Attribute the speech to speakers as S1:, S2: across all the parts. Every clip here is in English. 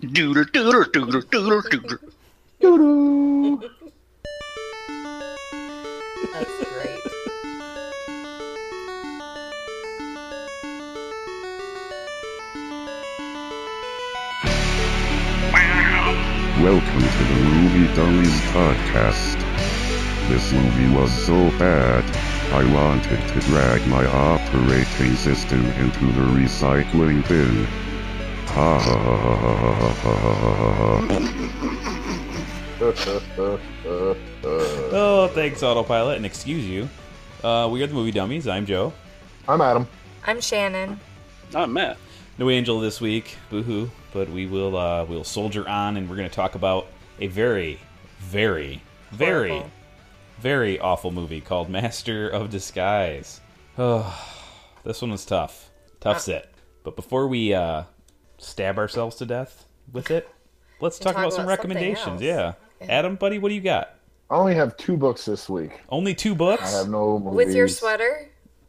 S1: Doodle doodle doodle doodle doodle.
S2: That's great.
S3: Welcome to the Movie Dummies podcast. This movie was so bad, I wanted to drag my operating system into the recycling bin. Ha ha ha ha ha ha ha ha ha ha.
S4: Oh, thanks, autopilot, and excuse you. Uh, we are the movie dummies. I'm Joe.
S5: I'm Adam.
S2: I'm Shannon.
S1: Not Matt.
S4: No Angel this week, boohoo! But we will uh, we'll soldier on, and we're going to talk about a very, very, very,
S2: Horrible.
S4: very awful movie called Master of Disguise. Oh, this one was tough,
S2: Ah.
S4: tough sit. But before we uh, stab ourselves to death with it, let's talk,
S2: talk
S4: about some
S2: about something
S4: recommendations.
S2: else.
S4: Yeah, Adam, buddy, what do you got?
S5: I only have two books this week.
S4: Only two books.
S5: I have no movies.
S2: With your sweater?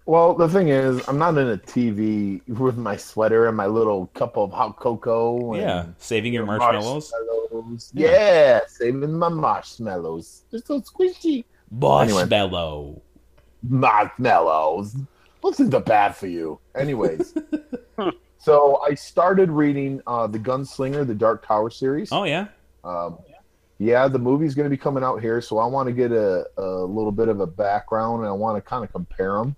S5: Well, the thing is, I'm not in a TV with my sweater and my little cup of hot cocoa. And
S4: yeah, saving your marshmallows.
S5: marshmallows. Yeah. saving my marshmallows. They're so squishy. Anyway.
S4: Marshmallow.
S5: Marshmallows. This is the bad for you. Anyways, so I started reading uh, the Gunslinger, the Dark Tower series.
S4: Oh yeah.
S5: Um, yeah, the movie's going to be coming out here, so I want to get a, a little bit of a background and I want to kind of compare them.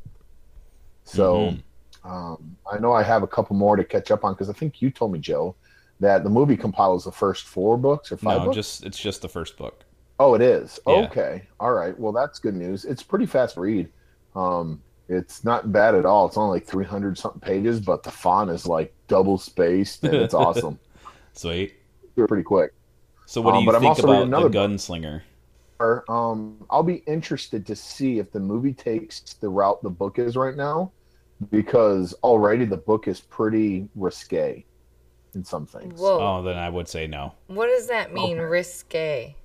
S5: So
S4: Mm-hmm.
S5: um, I know I have a couple more to catch up on because I think you told me, Joe, that the movie compiles the first four books or five
S4: No,
S5: books.
S4: just it's just the first book.
S5: Oh, it is.
S4: Yeah.
S5: Okay. All right. Well, that's good news. It's pretty fast read. Um, it's not bad at all. It's only like 300 something pages, but the font is like double spaced and it's awesome.
S4: Sweet.
S5: pretty quick.
S4: So what do
S5: Um,
S4: you
S5: but I'm
S4: think
S5: also reading
S4: about the
S5: another book.
S4: gunslinger?
S5: are, um, I'll be interested to see if the movie takes the route the book is right now, because already the book is pretty risque in some things.
S2: Whoa.
S4: Oh, then I would say no.
S2: What does that mean, risque?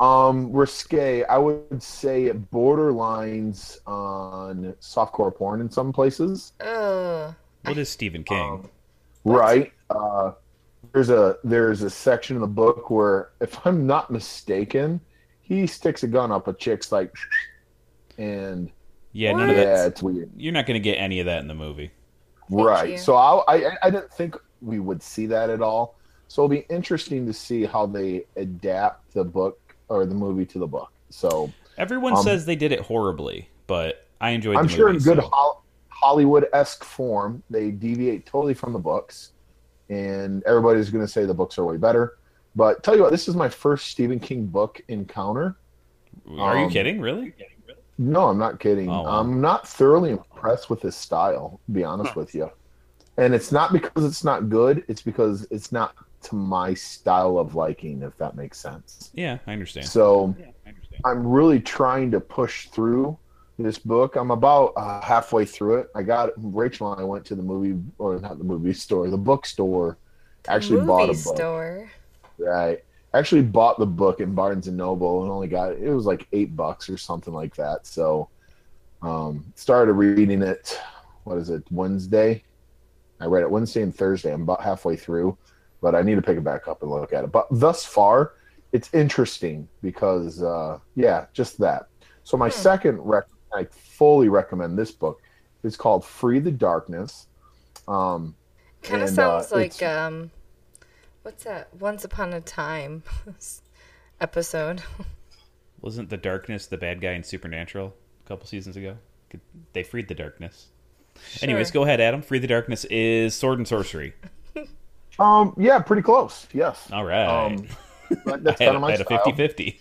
S5: Um, risque, I would say it borderlines on softcore porn in some places,
S2: Ugh.
S4: What is Stephen King?
S5: Um, right? Uh, there's a there's a section of the book where, if I'm not mistaken, he sticks a gun up a chick's like, and
S4: yeah, none of
S5: yeah,
S4: that.
S5: it's weird.
S4: You're not going to get any of that in the movie.
S5: Right.
S2: you.
S5: So I, I I didn't think we would see that at all. So it'll be interesting to see how they adapt the book or the movie to the book. So
S4: Everyone
S5: Um,
S4: says they did it horribly, but I enjoyed.
S5: I'm
S4: the
S5: sure in
S4: movie,
S5: good
S4: so-
S5: Hol- Hollywood esque form, they deviate totally from the books, and everybody's going to say the books are way better. But tell you what, this is my first Stephen King book encounter.
S4: Are you
S5: um,
S4: kidding? Really?
S5: No, I'm not kidding.
S4: Oh, wow.
S5: I'm not thoroughly impressed with his style, to be honest with you. And it's not because it's not good, it's because it's not to my style of liking, if that makes sense.
S4: Yeah, I understand.
S5: So
S1: I understand.
S5: I'm really trying to push through this book. I'm about uh, halfway through it. I got Rachel and I went to the movie, or not the movie store, the bookstore. Actually
S2: Movie
S5: bought a book.
S2: store.
S5: Right. Actually bought the book in Barnes and Noble and only got it was like eight bucks or something like that. So um started reading it what is it, Wednesday? I read it Wednesday and Thursday. I'm about halfway through, but I need to pick it back up and look at it. But thus far, it's interesting because uh yeah, just that. So my second rec I fully recommend this book. It's called Free the Darkness. Um
S2: Kind of
S5: And, uh,
S2: sounds like
S5: it's-
S2: um, what's that? Once upon a time episode.
S4: Wasn't the darkness the bad guy in Supernatural a couple seasons ago? Could- They freed the darkness. Anyways,
S2: Sure.
S4: go ahead, Adam. Free the darkness is sword and sorcery.
S5: um yeah, pretty close. Yes.
S4: All right.
S5: Um, But that's
S4: I had,
S5: kind of
S4: I
S5: my
S4: had a
S5: style.
S4: 50-50.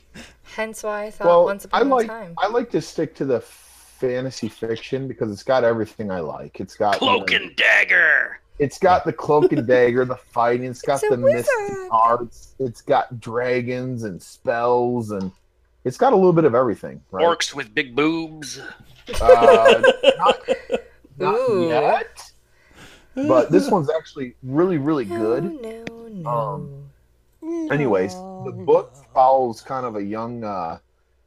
S2: Hence why I thought
S5: Well,
S2: once
S5: I
S2: upon a
S5: like
S2: time.
S5: I like to stick to the fantasy fiction because it's got everything I like. It's got
S1: Cloak and dagger.
S5: It's got the cloak and dagger, the fighting. It's got
S2: It's a
S5: the mystic
S2: wizard.
S5: arts. It's got dragons and spells, and it's got a little bit of everything. Right?
S1: Orcs with big boobs.
S5: Uh, not, not
S2: Ooh.
S5: yet. But this one's actually really, really good.
S2: No, no.
S5: Um, Anyways, the book follows kind of a young. Uh,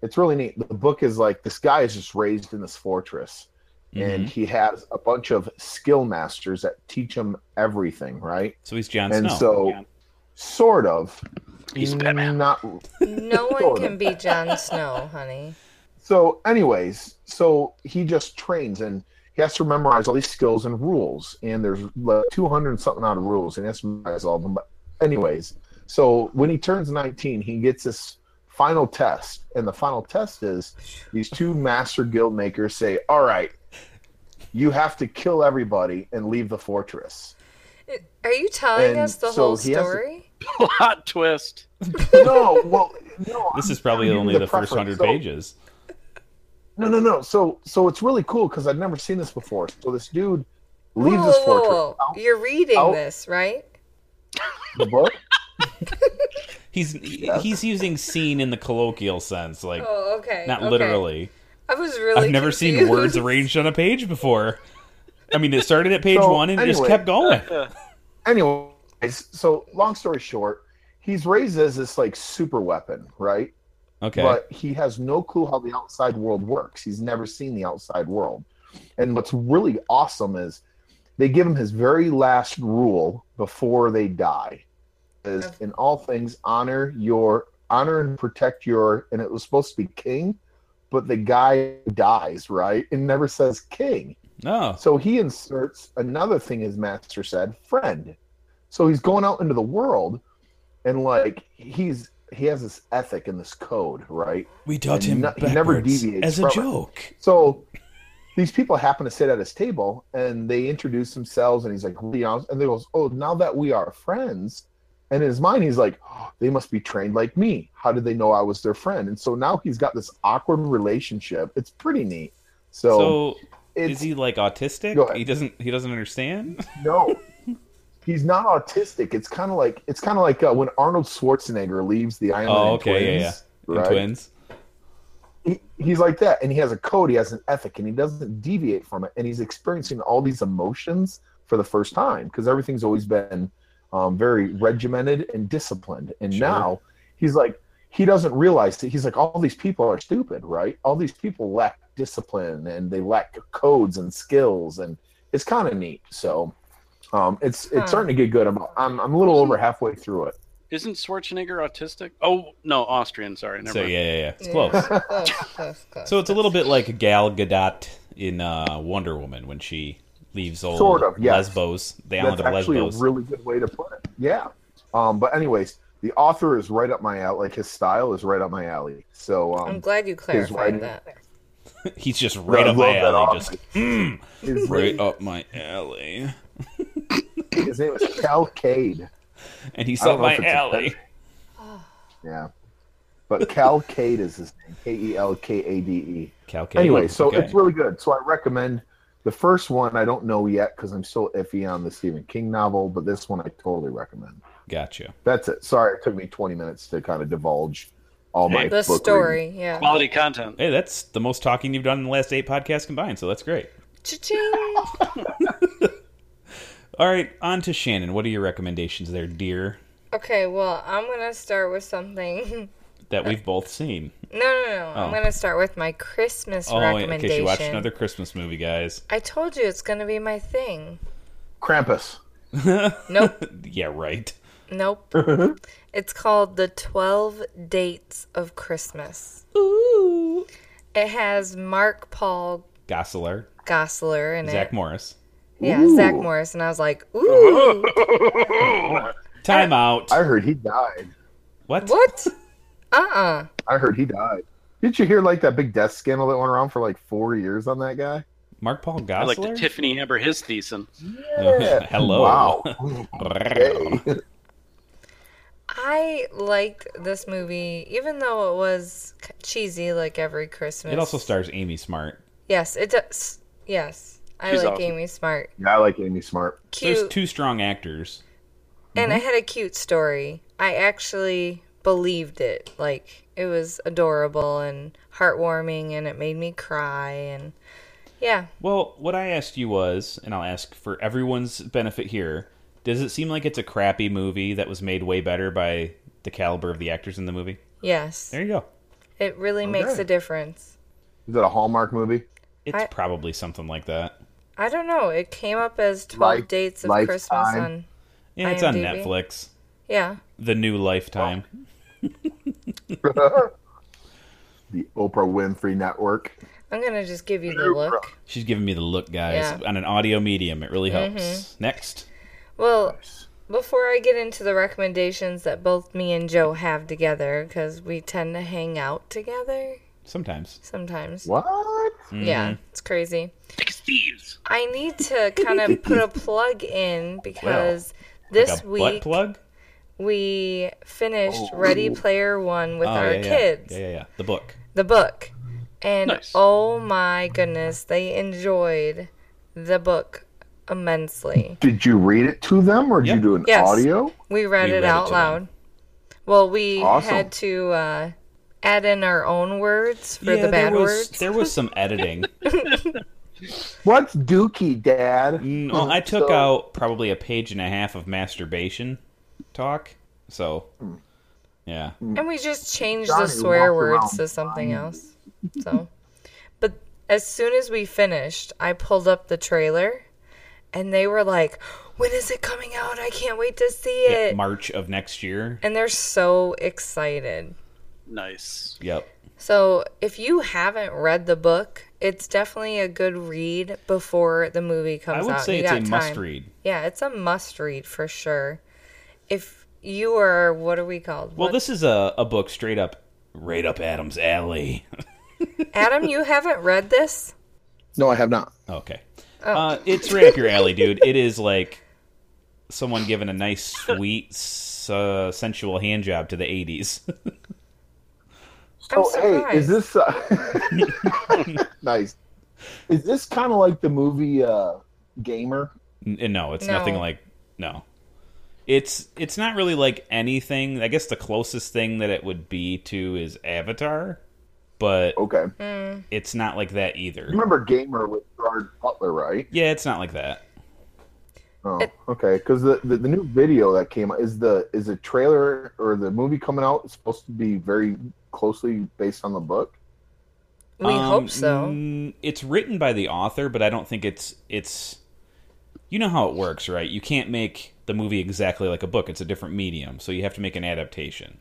S5: it's really neat. The book is like this guy is just raised in this fortress,
S1: Mm-hmm.
S5: and he has a bunch of skill masters that teach him everything, right?
S4: So he's Jon
S5: and
S4: Snow.
S5: so, sort of.
S1: He's Batman.
S5: Not
S2: no one
S5: Sort
S2: can
S5: of.
S2: be Jon Snow, honey.
S5: so. Anyways, so he just trains and he has to memorize all these skills and rules. And there's like 200 and something out of rules, and he has to memorize all of them. But anyways, so when he turns 19, he gets this final test, and the final test is these two master guild makers say, "All right, you have to kill everybody and leave the fortress."
S2: Uh, Are you telling
S5: And
S2: us the
S5: so
S2: whole
S5: he has to-
S2: story?
S1: Plot twist.
S5: no, well, no.
S4: this
S5: I'm
S4: is probably
S5: giving you
S4: only the, first
S5: preference.
S4: hundred
S5: So-
S4: pages.
S5: No, no, no. So, so it's really cool because I'd never seen this before. So this dude leaves
S2: Whoa,
S5: his
S2: whoa,
S5: fortress.
S2: whoa.
S5: out
S2: You're reading
S5: Out.
S2: this, right?
S5: the book.
S4: He's he's using scene in the colloquial sense, like
S2: Oh, okay.
S4: not
S2: okay.
S4: literally.
S2: I was really.
S4: I've never seen words
S2: confused.
S4: arranged on a page before. I mean, it started at page
S5: So,
S4: one and it just
S5: anyway.
S4: kept going.
S5: Anyways, so long story short, he's raised as this like super weapon, right?
S4: Okay,
S5: But he has no clue how the outside world works. He's never seen the outside world. And what's really awesome is they give him his very last rule before they die. Is in all things honor your honor and protect your and it was supposed to be king, but the guy dies, right? And never says king.
S4: no,
S5: So he inserts another thing his master said, friend. So he's going out into the world and like he's he has this ethic and this code, right?
S4: we taught
S5: and
S4: him
S5: no- he never
S4: backwards
S5: deviates
S4: as a
S5: from it.
S4: joke.
S5: So these people happen to sit at his table and they introduce themselves and he's like, you know, and they goes, Oh, now that we are friends. And in his mind, he's like, oh, they must be trained like me. How did they know I was their friend? And so now he's got this awkward relationship. It's pretty neat. So,
S4: So,
S5: it's
S4: is he like autistic?
S5: Go ahead.
S4: He doesn't. He doesn't understand.
S5: No, he's not autistic. It's kind of like it's kind of like uh, when Arnold Schwarzenegger leaves the Iron Man
S4: Oh, okay, yeah,
S5: twins.
S4: yeah.
S5: right?
S4: And twins.
S5: He, he's like that, and he has a code, he has an ethic, and he doesn't deviate from it. And he's experiencing all these emotions for the first time because everything's always been um, very regimented and disciplined. And
S4: Sure.
S5: now he's like he doesn't realize that he's like all these people are stupid, right? All these people lack discipline and they lack codes and skills, and it's kind of neat. So. Um, it's it's
S2: Huh.
S5: starting to get good. I'm, I'm I'm a little over halfway through it.
S1: Isn't Schwarzenegger autistic? Oh no, Austrian. Sorry, never.
S4: So yeah,
S1: mind.
S4: yeah, yeah. It's
S2: Yeah.
S4: close.
S2: Close, close, close.
S4: So it's a little bit like Gal Gadot in uh, Wonder Woman when she leaves old
S5: Sort of, yes.
S4: Lesbos, the
S5: That's
S4: island of
S5: actually
S4: Lesbos.
S5: a really good way to put it. Yeah. Um, but anyways, the author is right up my alley. Like his style is right up my alley. So um,
S2: I'm glad you
S5: writing-
S2: clarified that.
S4: He's just right
S5: I
S4: up my
S5: love that
S4: alley.
S5: author.
S4: Just
S5: his,
S4: right up my alley.
S5: his name is Cal Cade.
S4: And he's
S5: I don't
S4: up
S5: know
S4: my
S5: if it's a
S4: alley.
S5: thing. Yeah. But Cal Cade is his name. K E L K A D E.
S4: Calcade.
S5: Anyway, so
S4: Okay.
S5: it's really good. So I recommend the first one. I don't know yet because I'm still iffy on the Stephen King novel, but this one I totally recommend.
S4: gotcha.
S5: That's it. Sorry, it took me 20 minutes to kind of divulge all my
S2: The
S5: book reading.
S2: story, yeah.
S1: Quality content.
S4: Hey, that's the most talking you've done in the last eight podcasts combined. So that's great.
S2: Cha-ching.
S4: All right, on to Shannon. What are your recommendations there, dear?
S2: Okay, well, I'm gonna start with something.
S4: That we've both seen.
S2: no, no, no. I'm
S4: Oh.
S2: gonna start with my Christmas
S4: Oh, in
S2: recommendation.
S4: case you watched another Christmas movie, guys.
S2: I told you it's gonna be my thing.
S5: Krampus.
S2: Nope,
S4: Yeah, right.
S2: nope. it's called the Twelve Dates of Christmas. Ooh. It has Mark Paul
S4: Gosseler,
S2: Gossler in
S4: Zach
S2: it.
S4: Morris.
S2: yeah, Zach Morris, and I was like, ooh,
S4: Time out.
S5: I heard he died.
S4: What?
S2: what? Uh uh
S5: I heard he died. Did you hear like that big death scandal that went around for like four years on that guy?
S4: Mark Paul Gosseler?
S1: I like the Tiffany Amber his thesis.
S4: Hello.
S5: Wow. Hey.
S2: I liked this movie, even though it was k- cheesy like every Christmas.
S4: It also stars Amy Smart.
S2: Yes, it does. Yes. I
S1: She's
S2: like
S1: awesome.
S2: Amy Smart.
S5: Yeah, I like Amy Smart.
S4: There's
S2: Cute.
S4: two strong actors.
S2: and it had a cute story. I actually believed it. Like it was adorable and heartwarming and it made me cry and yeah.
S4: Well, what I asked you was, and I'll ask for everyone's benefit here, does it seem like it's a crappy movie that was made way better by the caliber of the actors in the movie?
S2: Yes.
S4: There you go.
S2: It really makes
S5: Okay.
S2: a difference.
S5: Is that a Hallmark movie?
S4: It's
S2: I-
S4: probably something like that.
S2: I don't know. It came up as 12
S5: Life-
S2: dates of Christmas
S5: Lifetime.
S2: on
S4: Yeah, it's on
S2: IMDb.
S4: Netflix.
S2: Yeah.
S4: The new Lifetime.
S5: The Oprah Winfrey Network.
S2: I'm going to just give you the look.
S4: She's giving me the look, guys.
S2: Yeah. Mm-hmm.
S4: On an audio medium, it really helps. Next.
S2: Well, before I get into the recommendations that both me and Joe have together cuz we tend to hang out together
S4: Sometimes.
S2: sometimes.
S5: What?
S4: Mm-hmm.
S2: Yeah, it's crazy.
S1: Like thieves.
S2: I need to kind of put a plug in because
S4: Like
S2: this
S4: a butt
S2: week
S4: plug?
S2: we finished Ready Player One with
S4: Oh,
S2: our
S4: yeah, yeah.
S2: kids,
S4: Yeah, yeah, yeah. The book.
S2: the book. And
S1: Nice.
S2: oh my goodness, they enjoyed the book immensely.
S5: Did you read it to them or did
S4: Yeah.
S5: you do an
S2: Yes.
S5: audio?
S2: We read
S4: We
S2: it
S4: read it
S2: out
S4: to them.
S2: loud. Well, we
S5: Awesome.
S2: had to uh, add in our own words for
S4: yeah,
S2: the bad
S4: there was,
S2: words.
S4: There was some editing.
S5: What's Dookie, Dad?
S4: No, I took
S5: So-
S4: out probably a page and a half of masturbation talk. So, yeah.
S2: And we just changed
S5: Johnny
S2: the swear
S5: walked
S2: words
S5: around
S2: to something else. So, but as soon as we finished, I pulled up the trailer, and they were like, "When is it coming out? I can't wait to see
S4: Yeah,
S2: it!"
S4: March of next year.
S2: and they're so excited.
S1: Nice.
S4: Yep.
S2: So, if you haven't read the book, it's definitely a good read before the movie comes
S4: I
S2: out.
S4: would say
S2: You
S4: it's a
S2: got time.
S4: must read.
S2: Yeah, it's a must read for sure. If you are, what are we called?
S4: Well,
S2: What-
S4: this is a, a book straight up, right up Adam's alley.
S2: Adam, you haven't read this.
S5: No, I have not.
S4: Okay.
S2: Oh.
S4: Uh, it's right up your alley, dude. It is like someone giving a nice, sweet, s- uh, sensual hand job to the 80s.
S2: I'm
S5: oh, hey, is
S2: surprised.
S5: this uh... nice? Is this kind of like the movie uh, Gamer?
S4: N- no, it's
S2: No.
S4: nothing like no. It's it's not really like anything. I guess the closest thing that it would be to is Avatar, but
S5: Okay,
S2: Hmm.
S4: it's not like that either.
S5: you Oh. remember Gamer with Gerard Butler, right?
S4: Yeah, it's not like that.
S5: Oh, okay. Because the, the the new video that came out is the is the trailer or the movie coming out supposed to be very closely based on the book.
S2: We
S4: Um,
S2: hope so.
S4: mm, It's written by the author, but I don't think it's it's. You know how it works, right? You can't make the movie exactly like a book. It's a different medium, so you have to make an adaptation.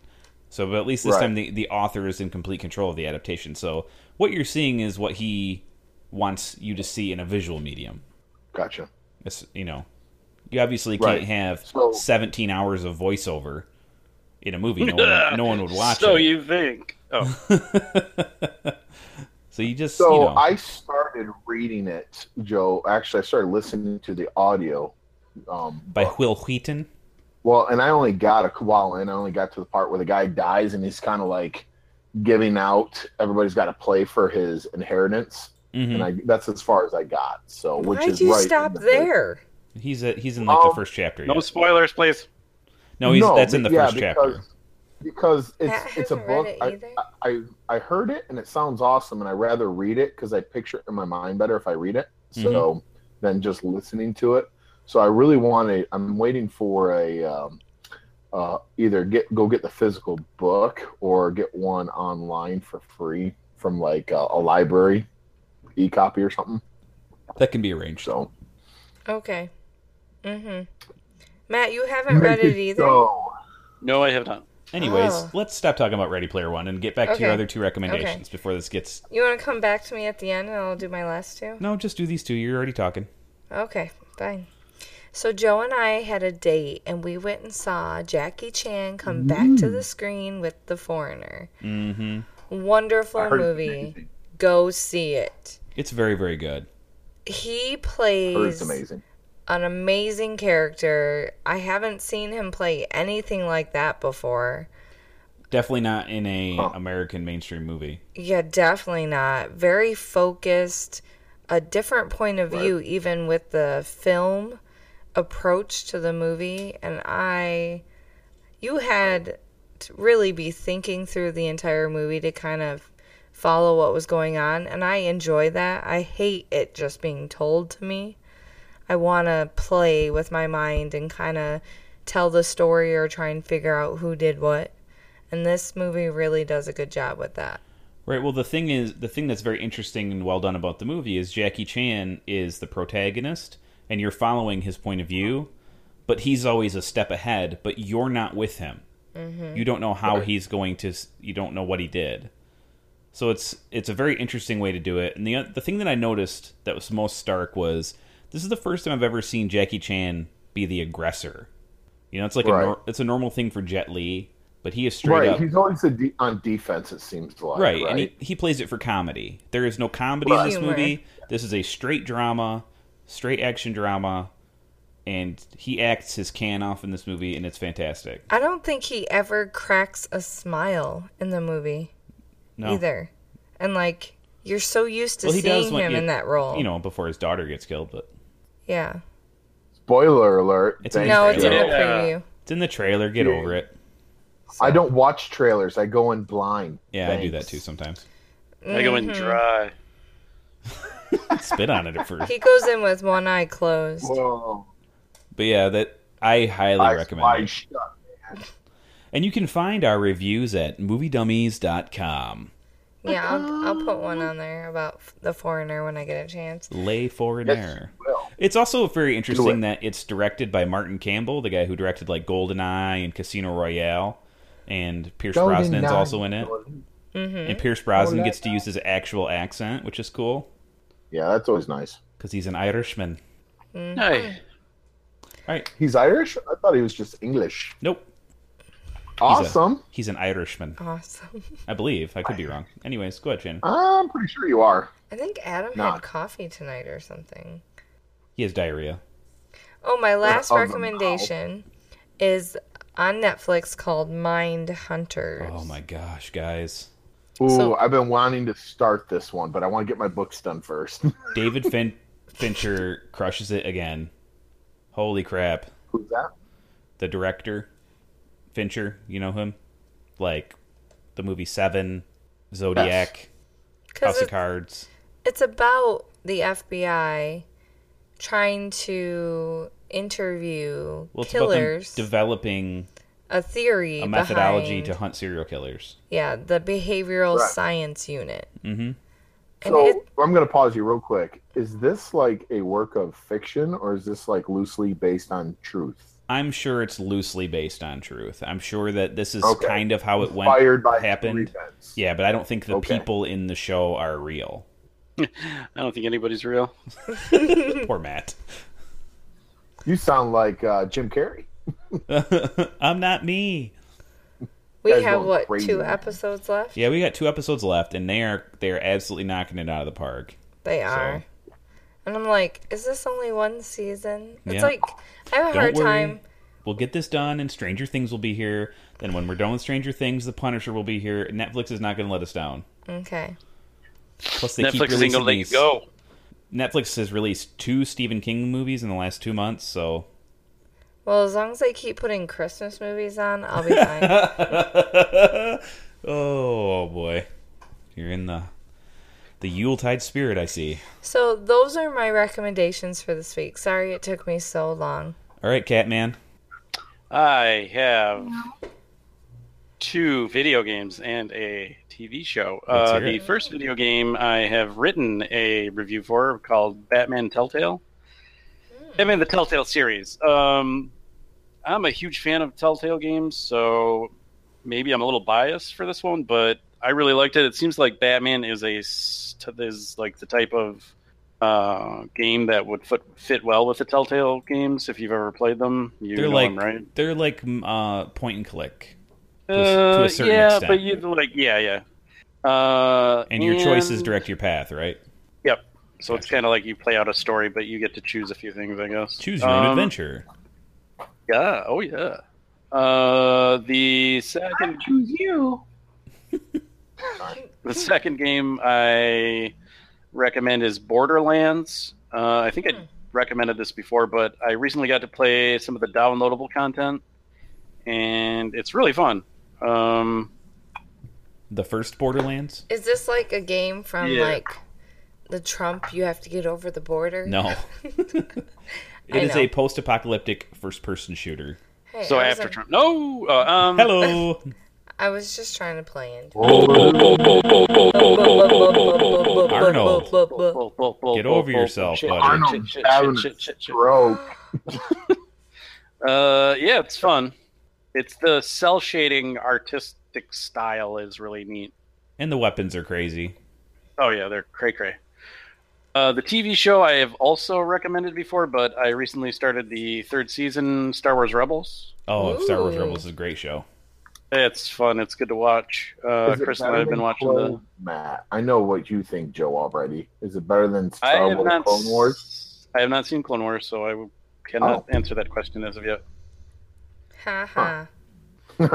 S4: So, but at least this
S5: Right.
S4: time, the the author is in complete control of the adaptation. So, what you're seeing is what he wants you to see in a visual medium.
S5: Gotcha.
S4: It's, you know, you obviously can't
S5: Right.
S4: have
S5: So-
S4: 17 hours of voiceover in a movie. No one, no one would watch
S1: so
S4: it.
S1: you think? Oh,
S4: so you just,
S5: So
S4: you know,
S5: I started reading it, Joe. Actually, I started listening to the audio. Um,
S4: by Will Wheaton.
S5: Well, and I only got a while in. I only got to the part where the guy dies, and he's kind of like giving out. Everybody's got to play for his inheritance,
S4: Mhm.
S5: and I, that's as far as I got. So, which
S2: Why'd
S5: is
S2: you
S5: right in
S2: stop
S5: the-
S2: there?
S4: He's a, he's in like
S5: Oh.
S4: the first chapter.
S1: no
S4: yeah.
S1: spoilers, please.
S4: No, he's
S5: No,
S4: that's in the
S5: yeah,
S4: first
S5: because-
S4: chapter.
S5: Because
S2: Matt
S5: it's it's a
S2: hasn't read
S5: book.
S2: it
S5: I,
S2: either.
S5: I I heard it, and it sounds awesome, and I rather read it because I picture it in my mind better if I read it.
S4: Mm-hmm.
S5: So than just listening to it. So I really want to. I'm waiting for a. Um, uh, either get go get the physical book or get one online for free from like a, a library e-copy or something
S4: That can be arranged.
S5: so
S2: Okay. Mhm. Matt, you haven't read it either.
S5: so
S1: No, I have not.
S4: Anyways,
S2: Oh.
S4: let's stop talking about Ready Player One and get back to your
S2: Okay.
S4: other two recommendations before this gets.
S2: You want to come back to me at the end and I'll do my last two?
S4: No, just do these two. You're already talking.
S2: Okay, fine. So Joe and I had a date and we went and saw Jackie Chan come back to the
S5: Mm.
S2: screen with The Foreigner.
S5: Mm-hmm.
S2: Mhm. Wonderful movie. Go see it.
S4: It's very, very good.
S2: He
S5: I heard it's
S2: plays
S5: amazing
S2: an amazing character. I haven't seen him play anything like that before.
S4: Definitely not in a American mainstream movie.
S2: Yeah, definitely not. Very focused, a different point of view, even with the film approach to the movie. And I, you had to really be thinking through the entire movie to kind of follow what was going on. And I enjoy that. I hate it just being told to me. I want to play with my mind and kind of tell the story or try and figure out who did what. And this movie really does a good job with that.
S4: Right. Well, the thing is, the thing that's very interesting and well done about the movie is Jackie Chan is the protagonist, and you're following his point of view, but he's always a step ahead. But you're not with him.
S5: Mm-hmm.
S4: You don't know how he's going to. s- You don't know what he did. So it's it's a very interesting way to do it. And the the thing that I noticed that was most stark was this is the first time I've ever seen Jackie Chan be the aggressor. You know, it's like
S5: Right.
S4: a nor- it's a normal thing for Jet Li, but he is straight
S5: Right.
S4: up
S5: He's always a de- on defense, it seems like.
S4: right,
S5: Right.
S4: and he, he plays it for comedy there is no comedy in this
S2: Humor.
S4: movie this is a straight drama straight action drama and he acts his can off in this movie and it's fantastic
S2: I don't think he ever cracks a smile in the movie
S4: no
S2: either. And like you're so used to
S4: well he does
S2: seeing
S4: when
S2: him
S4: you-
S2: in that role.
S4: you know before his daughter gets killed but
S2: Yeah.
S5: Spoiler alert.
S4: It's
S5: Thank
S4: amazing.
S2: No, it's in
S4: Yeah.
S2: the preview.
S4: it's in the trailer get over
S2: Hmm.
S4: it
S5: I don't watch trailers. I go in blind.
S4: yeah i do that
S5: Thanks.
S4: too sometimes
S6: I go in dry.
S4: spit on it at first
S2: He goes in with one eye closed.
S5: Whoa.
S4: but yeah that i highly
S5: Eyes
S4: recommend
S5: wide
S4: it
S5: shut.
S4: and you can find our reviews at moviedummies.com
S2: Yeah, I'll, I'll put one on there about f- the foreigner when I get a chance.
S4: lay
S5: Yes,
S4: foreigner
S5: you will.
S4: It's also very
S5: Do it.
S4: interesting that it's directed by Martin Campbell, the guy who directed like GoldenEye and Casino Royale, and Pierce Brosnan's
S5: Golden
S4: also
S5: Eye.
S4: in it. And Pierce Brosnan
S5: Golden
S4: gets to use his actual accent, which is cool
S5: Yeah, that's always nice.
S4: because he's an Irishman.
S6: Hey,
S4: All right,
S5: He's Irish? I thought he was just English.
S4: nope,
S5: Awesome.
S4: he's an Irishman,
S2: Awesome.
S4: I believe. I could be wrong. Anyways, go ahead, Shannon.
S5: I'm pretty sure you are.
S2: I think Adam
S5: Nah.
S2: had coffee tonight or something.
S4: He has diarrhea.
S2: Oh, my last
S5: Oh, no.
S2: recommendation is on Netflix called Mind Hunters.
S4: Oh my gosh, guys!
S5: Ooh,
S2: So-
S5: I've been wanting to start this one, but I want to get my books done first.
S4: David fin- Fincher crushes it again. Holy crap!
S5: Who's that?
S4: the director, Fincher, you know him? Like the movie Seven, Zodiac,
S2: Because
S4: House of
S2: it's,
S4: Cards.
S2: it's about the FBI trying to interview
S4: Well, it's about them
S2: killers,
S4: developing
S2: a theory,
S4: a methodology
S2: behind,
S4: to hunt serial killers.
S2: yeah, the behavioral
S5: Right.
S2: science unit.
S4: Mm-hmm.
S2: And
S5: So
S2: it-
S5: I'm going to pause you real quick. Is this like a work of fiction, or is this like loosely based on truth?
S4: I'm sure it's loosely based on truth. I'm sure that this is
S5: Okay.
S4: kind of how it went
S5: Fired by
S4: happened.
S5: true events.
S4: Yeah, but I don't think the
S5: Okay.
S4: people in the show are real.
S6: I don't think anybody's real.
S4: Poor Matt.
S5: You sound like uh, Jim Carrey.
S4: I'm Um, not me.
S2: We
S5: Guys
S2: have
S5: going
S2: what
S5: crazy.
S2: two episodes left?
S4: Yeah, we got two episodes left, and they are they are absolutely knocking it out of the park.
S2: They are. And I'm like, is this only one season? It's
S4: Yeah.
S2: like I have a
S4: Don't
S2: hard
S4: worry.
S2: time.
S4: We'll get this done, and Stranger Things will be here. Then when we're done with Stranger Things, The Punisher will be here. Netflix is not going to let us down.
S2: Okay.
S4: Plus, they keep
S6: Netflix isn't
S4: releasing
S6: gonna let you
S4: these.
S6: go.
S4: Netflix has released two Stephen King movies in the last two months, so
S2: Well, as long as they keep putting Christmas movies on, I'll be fine.
S4: oh boy, you're in the the Yuletide spirit. I see.
S2: so those are my recommendations for this week. Sorry it took me so long.
S4: All right, Catman.
S6: I have two video games and a TV show.
S4: Let's
S6: Uh,
S4: hear
S6: the
S4: it.
S6: first video game I have written a review for called Batman Telltale. Batman the Telltale series. Um, I'm a huge fan of Telltale games, so maybe I'm a little biased for this one, but I really liked it. It seems like Batman is a s- is like the type of uh, game that would fit, fit well with the Telltale games. If you've ever played them, you
S4: They're
S6: know
S4: like
S6: them, right?
S4: they're like mm, uh, point and click, to a s- to a
S6: Uh,
S4: certain
S6: yeah,
S4: extent.
S6: but you like yeah, yeah. Uh,
S4: and your choices
S6: and-
S4: direct your path. Right?
S6: Yep. So it's kind of like you play out a story, but you get to choose a few things, I guess.
S4: Choose your own
S6: Um,
S4: adventure.
S6: Yeah. Oh yeah. Uh, the second choose you. the second game I recommend is Borderlands. Uh, I think I recommended this before, but I recently got to play some of the downloadable content, and it's really fun. Um,
S4: The first Borderlands?
S2: Is this like a game from
S6: Yeah.
S2: like the Trump? You have to get over the border.
S4: No.
S2: I
S4: It is
S2: know.
S4: a post apocalyptic first person shooter.
S2: Hey,
S6: so
S2: I was
S6: after
S2: a-
S6: Trump, no, uh, um,
S4: Hello!
S2: I was just trying to play it.
S4: Arnold.
S6: bull, bull, bull,
S4: Get
S6: bull,
S4: over
S6: bull,
S4: yourself,
S6: shit,
S4: buddy.
S6: shit,
S5: Arnold's
S6: shit, shit,
S5: having
S6: shit,
S5: a
S6: shit, shit.
S5: stroke.
S6: Uh, yeah, it's fun. It's the cell shading artistic style is really neat.
S4: And the weapons are crazy.
S6: Oh yeah, they're cray cray. Uh, the TV show I have also recommended before, but I recently started the third season, Star Wars Rebels.
S4: Oh, Star Wars
S2: Ooh.
S4: Rebels is a great show.
S6: It's fun. It's good to watch. Uh,
S5: Is it
S6: Chris and
S5: better
S6: I have been
S5: than
S6: watching
S5: Clone- Matt, I know what you think, Joe. Already, is it better than
S6: the. I
S5: Star
S6: have
S5: Wars
S6: not.
S5: Clone Wars?
S6: s- I have not seen Clone Wars, so I cannot answer that question as of yet.
S2: Ha ha.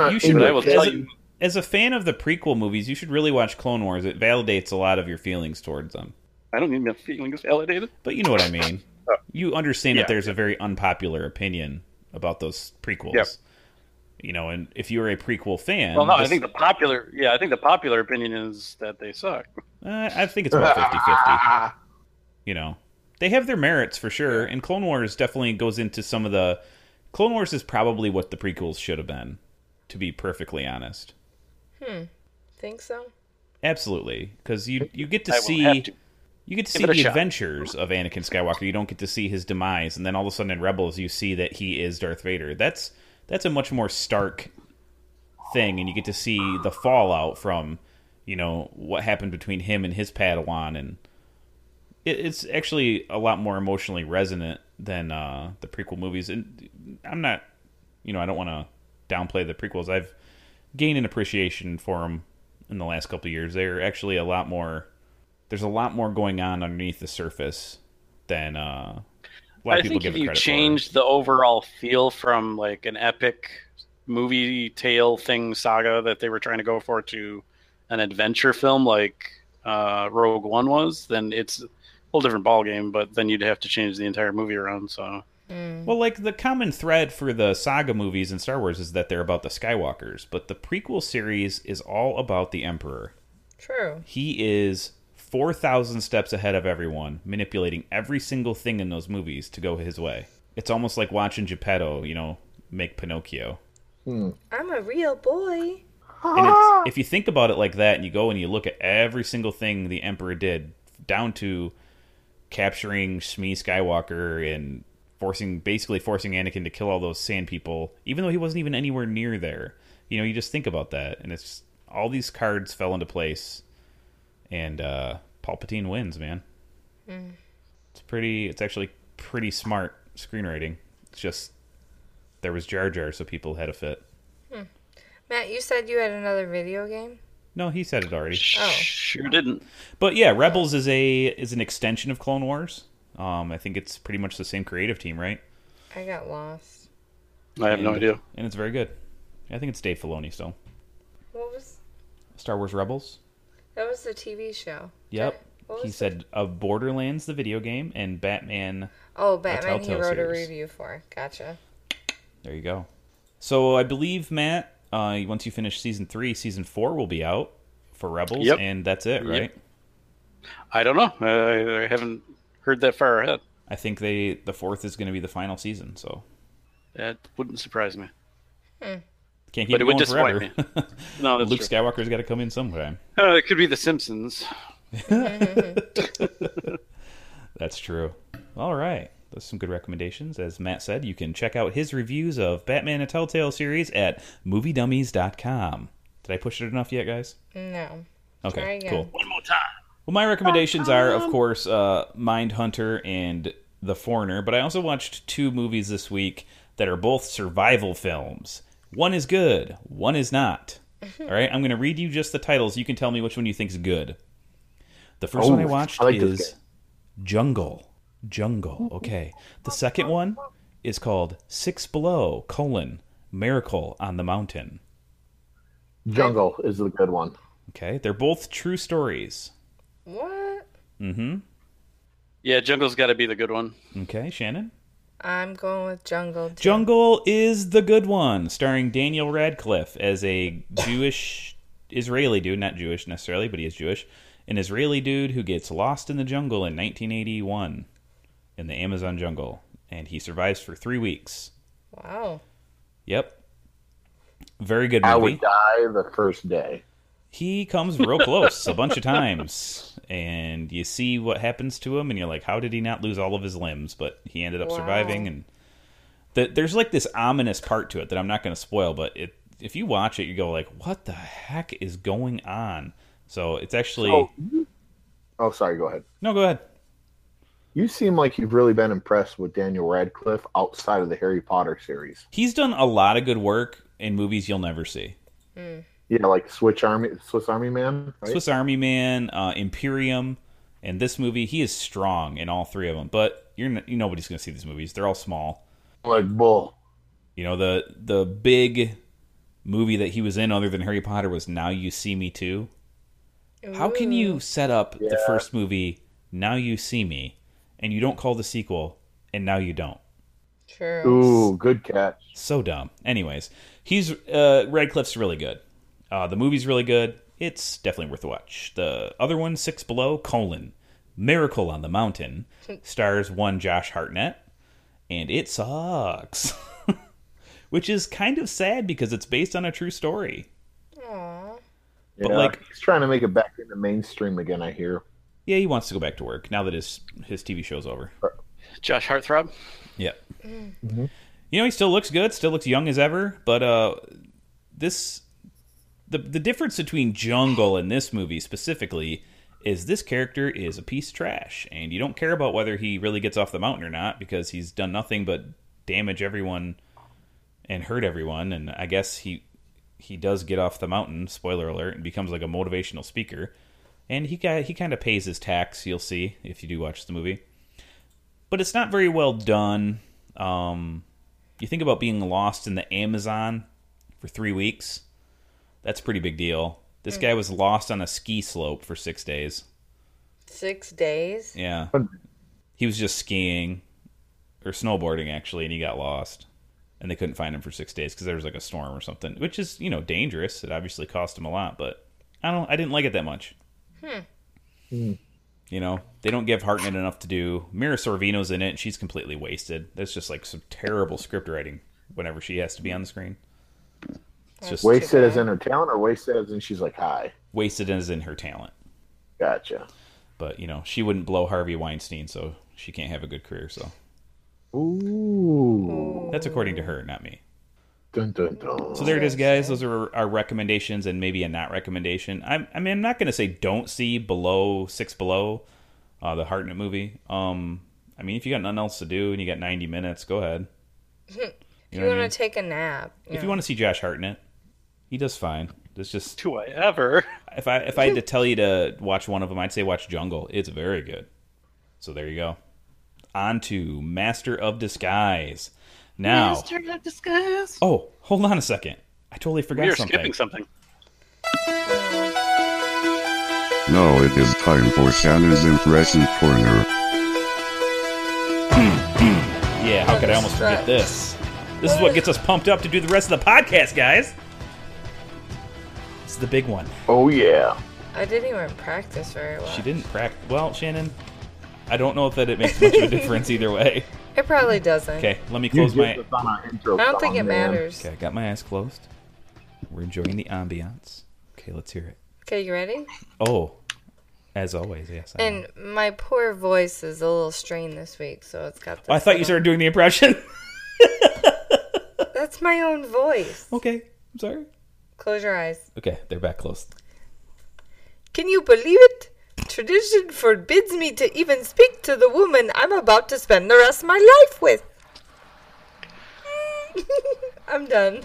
S4: You should.
S6: But I will
S4: as,
S6: tell
S4: a,
S6: you.
S4: as a fan of the prequel movies, you should really watch Clone Wars. It validates a lot of your feelings towards them.
S6: I don't need my feelings validated.
S4: But you know what I mean. You understand
S6: Yeah.
S4: that there's a very unpopular opinion about those prequels.
S6: Yeah.
S4: You know, and if you're a prequel fan,
S6: Well, no, I
S4: this-
S6: think the popular. Yeah, I think the popular opinion is that they suck.
S4: uh, I think it's about 50-50. You know, they have their merits for sure, and Clone Wars definitely goes into some of the. Clone Wars is probably what the prequels should have been, to be perfectly honest.
S2: Think so?
S4: Absolutely, because you you get to
S6: I will
S4: see
S6: have to.
S4: You get to
S6: Give
S4: see
S6: it a
S4: the
S6: shot.
S4: adventures of Anakin Skywalker. You don't get to see his demise, and then all of a sudden in Rebels, you see that he is Darth Vader. That's that's a much more stark thing, and you get to see the fallout from you know what happened between him and his Padawan, and it, it's actually a lot more emotionally resonant than uh, the prequel movies. And I'm not, you know, I don't want to downplay the prequels. I've gained an appreciation for them in the last couple of years. They're actually a lot more there's a lot more going on underneath the surface than uh, a
S6: I
S4: lot of people
S6: think
S4: give
S6: if
S4: it
S6: you
S4: credit
S6: change the overall feel from like an epic movie tale thing saga that they were trying to go for to an adventure film like uh, Rogue One was, then it's a whole different ballgame. But then you'd have to change the entire movie around. So
S4: for. Well, like the common thread for the saga movies and Star Wars is that they're about the Skywalkers, but the prequel series is all about the Emperor.
S2: True.
S4: He is 4,000 steps ahead of everyone, manipulating every single thing in those movies to go his way. It's almost like watching Geppetto, you know, make Pinocchio.
S2: I'm a real boy.
S4: And it's, if you think about it like that, and you go and you look at every single thing the Emperor did, down to capturing Shmi Skywalker and forcing, basically forcing Anakin to kill all those Sand people, even though he wasn't even anywhere near there. You know, you just think about that, and it's just- all these cards fell into place, and uh, Palpatine wins, man. It's pretty. It's actually pretty smart screenwriting. It's just there was Jar Jar, so people had a fit.
S2: Matt, you said you had another video game?
S4: No, he said it already.
S6: sure didn't.
S4: But yeah, Rebels is a is an extension of Clone Wars. Um, I think it's pretty much the same creative team, right?
S2: I got lost.
S6: I have no idea.
S4: And it's very good. I think it's Dave Filoni still.
S2: What was
S4: Star Wars Rebels.
S2: that was the TV show.
S4: Yep.
S2: What
S4: He
S2: was
S4: said of Borderlands the video game and Batman.
S2: Oh, Batman he
S4: Telltale
S2: wrote a
S4: series.
S2: review for. Gotcha.
S4: There you go. So I believe Matt, uh, once you finish season three, season four will be out for Rebels,
S6: Yep.
S4: and that's it, right?
S6: I don't know. I, I haven't heard that far ahead.
S4: I think they the fourth is going to be the final season, so
S6: That wouldn't surprise me.
S4: can't keep
S6: But it would
S4: going
S6: disappoint
S4: forever.
S6: No, that's
S4: Luke
S6: true.
S4: Skywalker's got to come in sometime.
S6: Uh, it could be The Simpsons.
S4: That's true. All right. Those are some good recommendations. As Matt said, you can check out his reviews of Batman and Telltale series at moviedummies.com. Did I push it enough yet, guys?
S2: No. Try
S4: Okay,
S2: again. Um,
S4: cool.
S6: One more time.
S4: Well, my recommendations are, of course, uh, Mindhunter and The Foreigner, but I also watched two movies this week that are both survival films. One is good, one is not. All right, I'm going to read you just the titles. You can tell me which one you think is good. The first
S5: Oh,
S4: one I watched
S5: I like this
S4: is Jungle. Jungle. Okay. The second one is called Six Below: colon, Miracle on the Mountain.
S5: Jungle is the good one.
S4: Okay, they're both true stories. Mm-hmm,
S2: What?
S6: Yeah, Jungle's got to be the good one.
S4: Okay, Shannon.
S2: I'm going with Jungle. too.
S4: Jungle is the good one, starring Daniel Radcliffe as a Jewish Israeli dude, not Jewish necessarily, but he is Jewish, an Israeli dude who gets lost in the jungle in 1981 in the Amazon jungle, and he survives for three weeks.
S2: Wow.
S4: Yep, very good movie.
S5: I would die the first day.
S4: he comes real close a bunch of times and you see what happens to him and you're like how did he not lose all of his limbs but he ended up
S2: Wow.
S4: surviving and th there's like this ominous part to it that i'm not going to spoil but it, if you watch it you go like what the heck is going on so it's actually
S5: Oh. Oh, sorry. Go ahead.
S4: no go ahead
S5: You seem like you've really been impressed with Daniel Radcliffe outside of the Harry Potter series.
S4: he's done a lot of good work in movies you'll never see
S5: Yeah, like Switch Army, Swiss Army Man, right?
S4: Swiss Army Man, uh, Imperium, and this movie. He is strong in all three of them, but you're n- you, nobody's going to see these movies. They're all small.
S5: like Bull.
S4: You know the the big movie that he was in other than Harry Potter was Now You See Me Too. How can you set up the first movie Now You See Me and you don't call the sequel and now you don't?
S2: True.
S5: Ooh, good catch.
S4: So dumb. Anyways, he's uh Radcliffe's really good. Uh the movie's really good. It's definitely worth a watch. The other one, Six Below, colon, Miracle on the Mountain, stars one Josh Hartnett, and it sucks. Which is kind of sad because it's based on a true story.
S2: Aw.
S4: But
S5: Yeah,
S4: like
S5: he's trying to make it back into mainstream again. I hear.
S4: yeah, he wants to go back to work now that his his TV show's over.
S6: Josh Heartthrob.
S4: Yep. You know, he still looks good, still looks young as ever, but uh this the the difference between Jungle and this movie specifically is this character is a piece of trash and you don't care about whether he really gets off the mountain or not because he's done nothing but damage everyone and hurt everyone and I guess he he does get off the mountain, spoiler alert, and becomes like a motivational speaker. And he ki- he kind of pays his tax, you'll see if you do watch the movie but it's not very well done. Um, you think about being lost in the Amazon for three weeks. That's a pretty big deal. This guy was lost on a ski slope for six days.
S2: Six days?
S4: Yeah. He was just skiing or snowboarding, actually, and he got lost. And they couldn't find him for six days because there was like a storm or something, which is, you know, dangerous. It obviously cost him a lot, but I don't, I didn't like it that much. You know, they don't give Hartnett enough to do. Mira Sorvino's in it. and She's completely wasted. That's just like some terrible script writing whenever she has to be on the screen. It's just
S5: Wasted as in her talent, or wasted as in she's like, "Hi,
S4: wasted as in her talent.
S5: gotcha."
S4: But, you know, she wouldn't blow Harvey Weinstein, so she can't have a good career. So
S5: Ooh,
S4: that's according to her, not me.
S5: dun dun dun.
S4: So there it is, guys. Those are our recommendations and maybe a not recommendation. I'm, I mean, I'm not going to say don't see below six below uh, the Hartnett movie. Um, I mean, if you got nothing else to do and you got 90 minutes, go ahead.
S2: If
S4: know
S2: you
S4: what I
S2: want
S4: mean?
S2: to take a nap.
S4: If you want to see Josh Hartnett, he does fine. It's just
S6: Do I ever?
S4: if I if I had to tell you to watch one of them, I'd say watch Jungle. It's very good. So there you go. On to Master of Disguise. Now, Oh, hold on a second. I totally forgot
S6: We are
S4: something.
S6: skipping something.
S3: Now it is time for Shannon's Impression Corner.
S4: Yeah, how could I almost forget
S2: Sucks.
S4: this? This is what gets us pumped up to do the rest of the podcast, guys. It's the big one.
S5: Oh yeah,
S2: I didn't even practice very well.
S4: She didn't crack. Well, Shannon, I don't know if that it makes much of a difference either way.
S2: It probably doesn't.
S4: Okay, let me
S5: you
S4: close
S5: did
S4: my.
S5: this on our intro
S2: I don't
S5: song,
S2: think it
S5: man.
S2: matters.
S4: Okay, I got my eyes closed. We're enjoying the ambiance. Okay, let's hear it.
S2: Okay, you ready?
S4: Oh, as always, yes. I, know.
S2: And my poor voice is a little strained this week, so it's got. This
S4: Oh, I thought you started doing the impression.
S2: That's my own voice.
S4: okay, I'm sorry.
S2: Close your eyes.
S4: Okay, they're back closed.
S2: Can you believe it? Tradition forbids me to even speak to the woman I'm about to spend the rest of my life with. I'm done.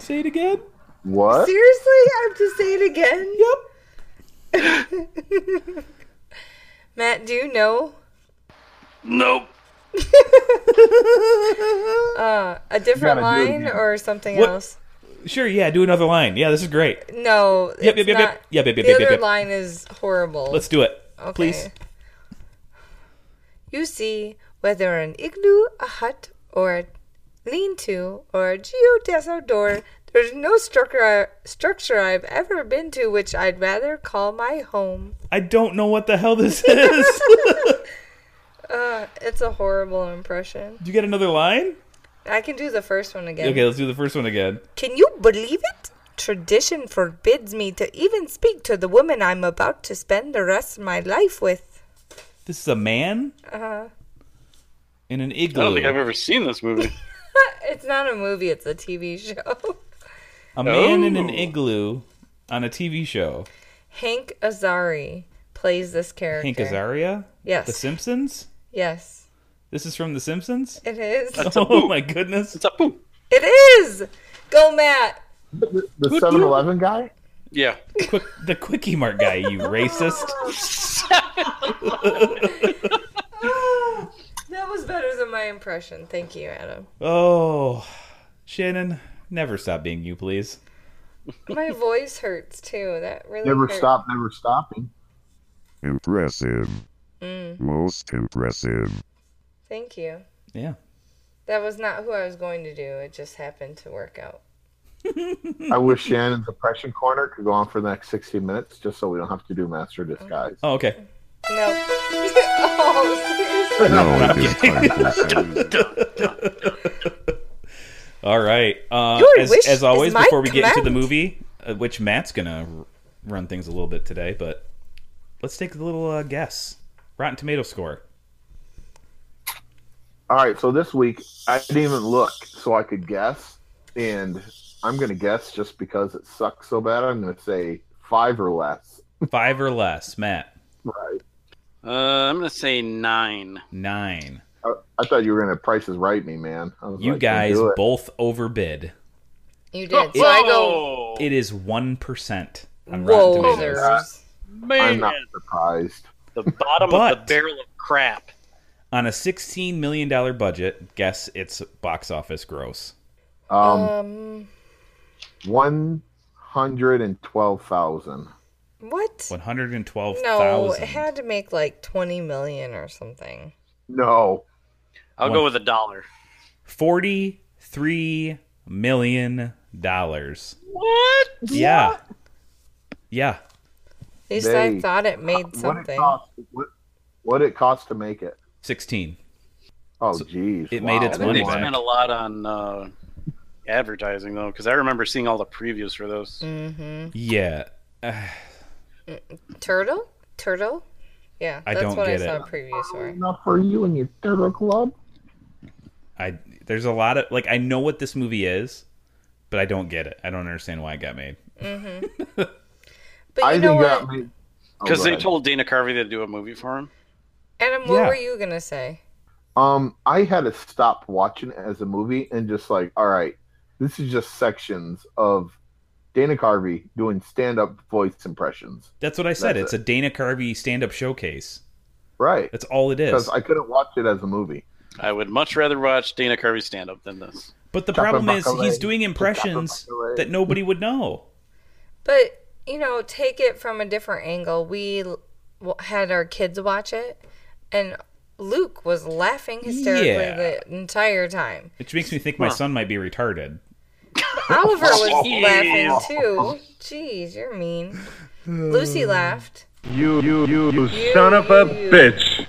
S4: Say it again.
S5: What?
S2: Seriously, I have to say it again. Yep. Matt, do you know
S6: Nope.
S2: a
S5: gotta
S2: different
S5: do it
S2: line
S5: again.
S2: or something
S4: What?
S2: else?
S4: Sure, yeah, do another line. Yeah, this is great.
S2: No.
S4: Yep, yep, yep,
S2: it's not.
S4: yep. Yep, yep,
S2: the
S4: yep, yep,
S2: other
S4: yep.
S2: line is horrible.
S4: Let's do it.
S2: Okay.
S4: Please.
S2: You see, whether an igloo, a hut, or a lean-to, or a geodesic door, there's no structure structure I've ever been to which I'd rather call my home.
S4: I don't know what the hell this is.
S2: It's a horrible impression.
S4: Do you get another line?
S2: I can do the first one again.
S4: Okay, let's do the first one again.
S2: Can you believe it? Tradition forbids me to even speak to the woman I'm about to spend the rest of my life with.
S4: This is a man
S2: Uh-huh.
S4: in an
S6: I don't
S4: igloo.
S6: think I've ever seen this movie.
S2: It's not a movie, it's a TV show.
S4: A man in an
S6: Oh.
S4: igloo on a TV show.
S2: Hank Azari plays this character.
S4: Hank Azaria?
S2: Yes.
S4: The Simpsons?
S2: Yes,
S4: This is from The Simpsons?
S2: it is.
S4: Oh my goodness.
S6: It's a poop.
S2: It is. Go, Matt.
S5: The 7 Eleven guy?
S6: Yeah.
S4: Quick, the Quickie Mart guy, you racist.
S2: That was better than my impression. Thank you, Adam.
S4: Oh, Shannon, never stop being you, please.
S2: My voice hurts too. That really
S5: Never
S2: hurt.
S5: stop, never stopping.
S3: Impressive. Most impressive.
S2: Thank you.
S4: Yeah.
S2: That was not who I was going to do. It just happened to work out.
S5: I wish Shannon's impression corner could go on for the next 60 minutes just so we don't have to do Master Disguise.
S4: Oh, okay.
S2: No. oh, seriously.
S3: Now it is time for some
S4: All right. Uh,
S2: Your
S4: as,
S2: wish
S4: as always,
S2: is my
S4: before we get into the
S2: command.
S4: movie, uh, which Matt's going to run things a little bit today, but let's take a little uh, guess. Rotten Tomato score.
S5: All right, so this week I didn't even look so I could guess, and I'm going to guess just because it sucks so bad. I'm going to say five or less.
S4: Five or less. Matt,
S5: Right.
S6: Uh, I'm going to say nine.
S4: nine.
S5: I, I thought you were going to Price is Right me, man. I was
S4: You
S5: like,
S4: guys
S5: do it.
S4: both overbid.
S2: You did. So I go.
S6: Oh,
S4: It is 1% on Rotten
S2: Whoa,
S4: Tomatoes.
S2: losers.
S6: man.
S5: I'm not surprised.
S6: The bottom of
S4: But-
S6: the barrel of crap.
S4: On a $16 million budget, guess its box office gross.
S5: Um,
S2: Um.
S5: 112,000.
S2: What? No,
S4: 112,000.
S2: it had to make like twenty million or something.
S5: No.
S6: I'll
S4: One-
S6: go with a dollar.
S4: 43 million dollars.
S6: What?
S4: Yeah. Yeah.
S2: At least
S5: They-
S2: I thought it made
S5: What it,
S2: something.
S5: cost, what, what it cost to make it?
S4: 16.
S5: Oh, geez.
S4: it made its
S5: wow.
S6: I think
S4: money
S6: they
S4: back.
S6: spent a lot on uh, advertising though, because I remember seeing all the previews for those.
S4: Mm. Yeah.
S2: Turtle? Turtle? Yeah,
S4: I
S2: that's
S4: don't
S2: what
S4: get
S2: I saw
S4: it.
S2: previews for.
S5: Enough for you and your turtle club?
S4: I there's a lot of like I know what this movie is, but I don't get it. I don't understand why it got made.
S2: But you
S5: I
S2: know
S5: think
S2: what,
S5: that made. oh,
S6: Because
S5: go
S6: they
S5: ahead.
S6: told Dana Carvey to do a movie for him.
S2: Adam? What
S4: Yeah.
S2: were you gonna say?
S5: Um, I had to stop watching it as a movie and just like, all right, this is just sections of Dana Carvey doing stand-up voice impressions.
S4: That's what I said.
S5: That's
S4: it's a Dana Carvey stand-up showcase.
S5: Right.
S4: That's all it
S5: Because
S4: is.
S5: I couldn't watch it as a movie.
S6: I would much rather watch Dana Carvey stand up than this.
S4: But the
S5: Chop and
S4: problem is
S5: buckle
S4: he's
S5: it.
S4: doing
S5: Chop and buckle
S4: impressions
S5: it.
S4: that nobody would know.
S2: But you know, take it from a different angle. We l- w- had our kids watch it, and Luke was laughing hysterically
S4: Yeah.
S2: the entire time.
S4: Which makes me think my son might be retarded.
S2: Oliver was laughing too. Jeez, you're mean. Lucy laughed.
S7: You, you, you, you,
S2: You-
S7: son of a
S2: you-
S7: bitch.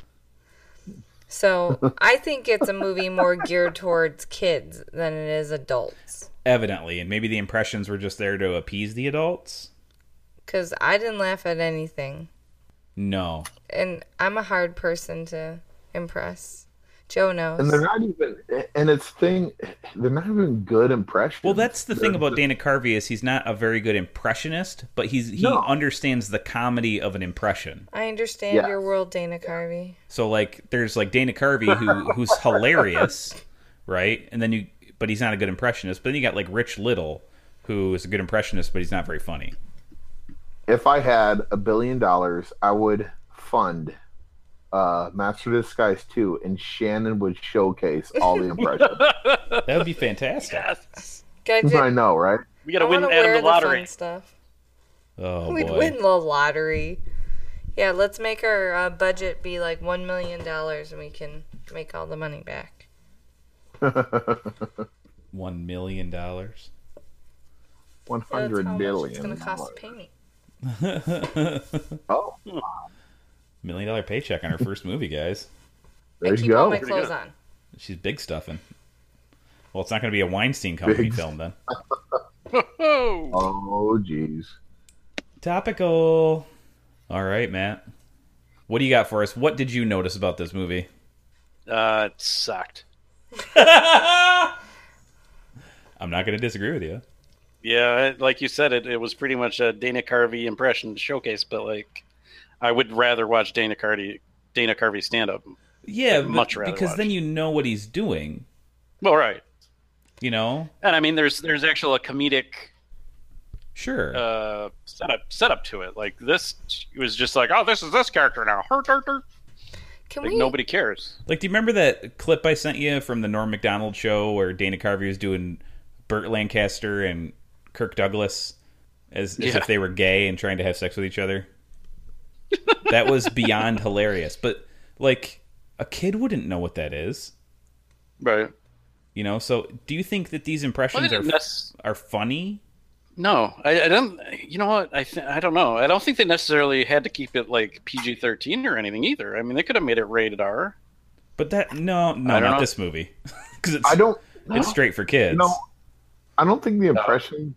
S2: So I think it's a movie more geared towards kids than it is adults.
S4: Evidently, and maybe the impressions were just there to appease the adults.
S2: Because I didn't laugh at anything.
S4: No.
S2: and I'm a hard person to impress. Joe knows.
S5: And they're not even and it's thing they're not even good impressions.
S4: Well, that's the thing about Dana Carvey is he's not a very good impressionist, but he's he
S5: No.
S4: understands the comedy of an impression.
S2: I understand
S5: Yeah.
S2: your world, Dana Carvey.
S4: So like there's like Dana Carvey who who's hilarious, right? And then you but he's not a good impressionist. But then you got like Rich Little who is a good impressionist but he's not very funny.
S5: if I had a billion dollars, I would fund uh Master of Disguise 2 and Shannon would showcase all the impressions.
S4: That would be fantastic.
S2: Guys,
S5: I know, right?
S6: We
S2: I
S6: gotta win
S2: want to
S6: out
S2: wear
S6: of
S2: the,
S6: the lottery.
S2: fun stuff.
S4: Oh
S2: We'd
S4: boy.
S2: win the lottery. Yeah, let's make our uh, budget be like one million dollars, and we can make all the money back.
S4: One million dollars.
S5: One
S2: So that's
S5: hundred
S2: how much
S5: billion.
S2: It's gonna cost to pay me.
S5: Oh,
S4: Million dollar paycheck on her first movie, guys.
S5: there
S2: I keep
S5: you
S2: all
S5: go.
S2: my clothes on.
S4: She's big stuffing. Well, it's not going to be a Weinstein Company
S5: Big
S4: film then.
S6: Oh,
S5: Oh, jeez.
S4: Topical. All right, Matt. What do you got for us? What did you notice about this movie?
S6: uh, it sucked.
S4: I'm not going to disagree with you.
S6: Yeah, it- like you said, it, it was pretty much a Dana Carvey impression showcase, but like, I would rather watch Dana Carvey Dana Carvey stand up.
S4: Yeah,
S6: I'd
S4: but-
S6: much rather
S4: because
S6: watch.
S4: then you know what he's doing.
S6: Well, right,
S4: You know,
S6: and I mean, there's there's actual a comedic
S4: sure.
S6: uh, setup setup to it. Like this was just like, oh, this is this character now. Hurt, hurt, hurt.
S2: Can
S6: Like
S2: we?
S6: nobody cares.
S4: Like, do you remember that clip I sent you from the Norm Macdonald show where Dana Carvey was doing Burt Lancaster and Kirk Douglas as, as
S6: Yeah.
S4: if they were gay and trying to have sex with each other? that was beyond hilarious. But like, a kid wouldn't know what that is,
S6: Right.
S4: you know. So, do you think that these
S6: Well, they
S4: impressions are
S6: didn't nec-
S4: are funny?
S6: no, I, I don't. You know what? I th- I don't know. I don't think they necessarily had to keep it like PG thirteen or anything either. I mean, they could have made it rated R.
S4: But that no, no,
S6: I
S4: not
S6: don't know.
S4: this movie because it's
S5: I don't.
S4: it's straight for kids.
S5: You know, I don't think the impression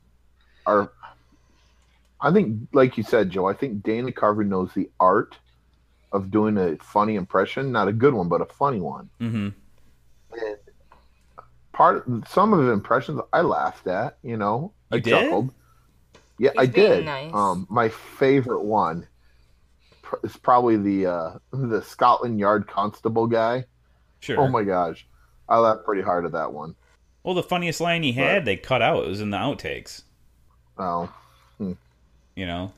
S5: are. I think, like you said, Joe. I think Dana Carvey knows the art of doing a funny impression, not a good one, but a funny one.
S4: hmm
S5: And part some of the impressions I laughed at. You know,
S4: You
S5: I
S4: did?
S5: chuckled. Yeah,
S2: He's
S5: I
S2: being
S5: did.
S2: nice.
S5: Um, my favorite one pr- is probably the uh, the Scotland Yard constable guy.
S4: Sure.
S5: Oh my gosh, I laughed pretty hard at that one.
S4: Well, the funniest line he had, they cut out. It was in the outtakes.
S5: Oh,
S4: You know,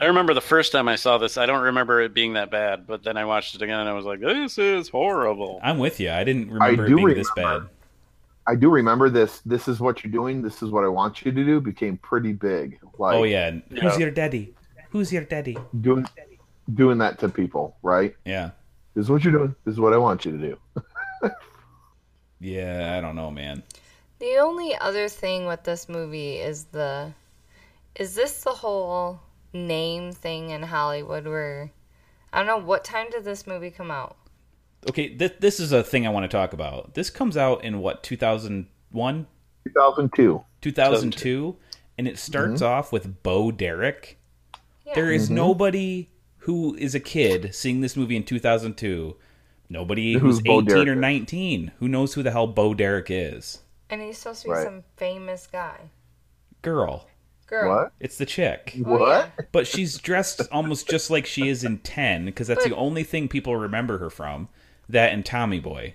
S6: I remember the first time I saw this. I don't remember it being that bad, but then I watched it again and I was like, "This is horrible."
S4: I'm with you. I didn't remember it
S5: do
S4: being this bad.
S5: remember. I do remember this. This is what you're doing. This is what I want you to do. Became pretty big. Like
S4: Oh yeah, and-
S6: Yeah.
S7: your daddy? Who's your daddy?
S5: doing doing that to people, right?
S4: yeah,
S5: This is what you're doing. This is what I want you to do.
S4: yeah. I don't know, man.
S2: The only other thing with this movie is the is this the whole name thing in Hollywood where I don't know what time did this movie come out?
S4: Okay, th- this is a thing I want to talk about. This comes out in what 2001,
S5: 2002.
S4: 2002, and it starts
S5: Mm-hmm.
S4: off with Bo Derek.
S2: Yeah.
S4: There is nobody who is a kid seeing this movie in 2002. Nobody
S5: Who's
S4: who's,
S5: Bo
S4: 18
S5: Derek
S4: or
S5: is.
S4: 19 who knows who the hell Bo Derek is.
S2: And he's supposed to be
S5: Right.
S2: some famous guy.
S4: Girl,
S2: Girl.
S5: What?
S4: it's the chick.
S2: Oh,
S5: What?
S4: But she's dressed almost just like she is in 10 because that's the
S2: But-
S4: only thing people remember her from. That and Tommy Boy.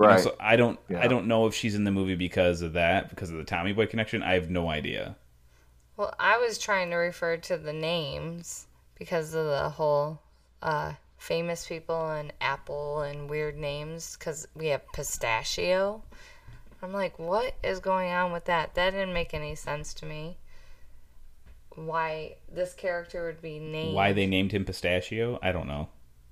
S4: You know,
S5: Right.
S4: so I don't I
S5: Yeah.
S4: don't know if she's in the movie because of that, because of the Tommy Boy connection. I have no idea.
S2: Well, I was trying to refer to the names because of the whole uh, famous people and Apple and weird names because we have pistachio. I'm like, what is going on with that? That didn't make any sense to me. Why this character would be named?
S4: Why they named him Pistachio? I don't know.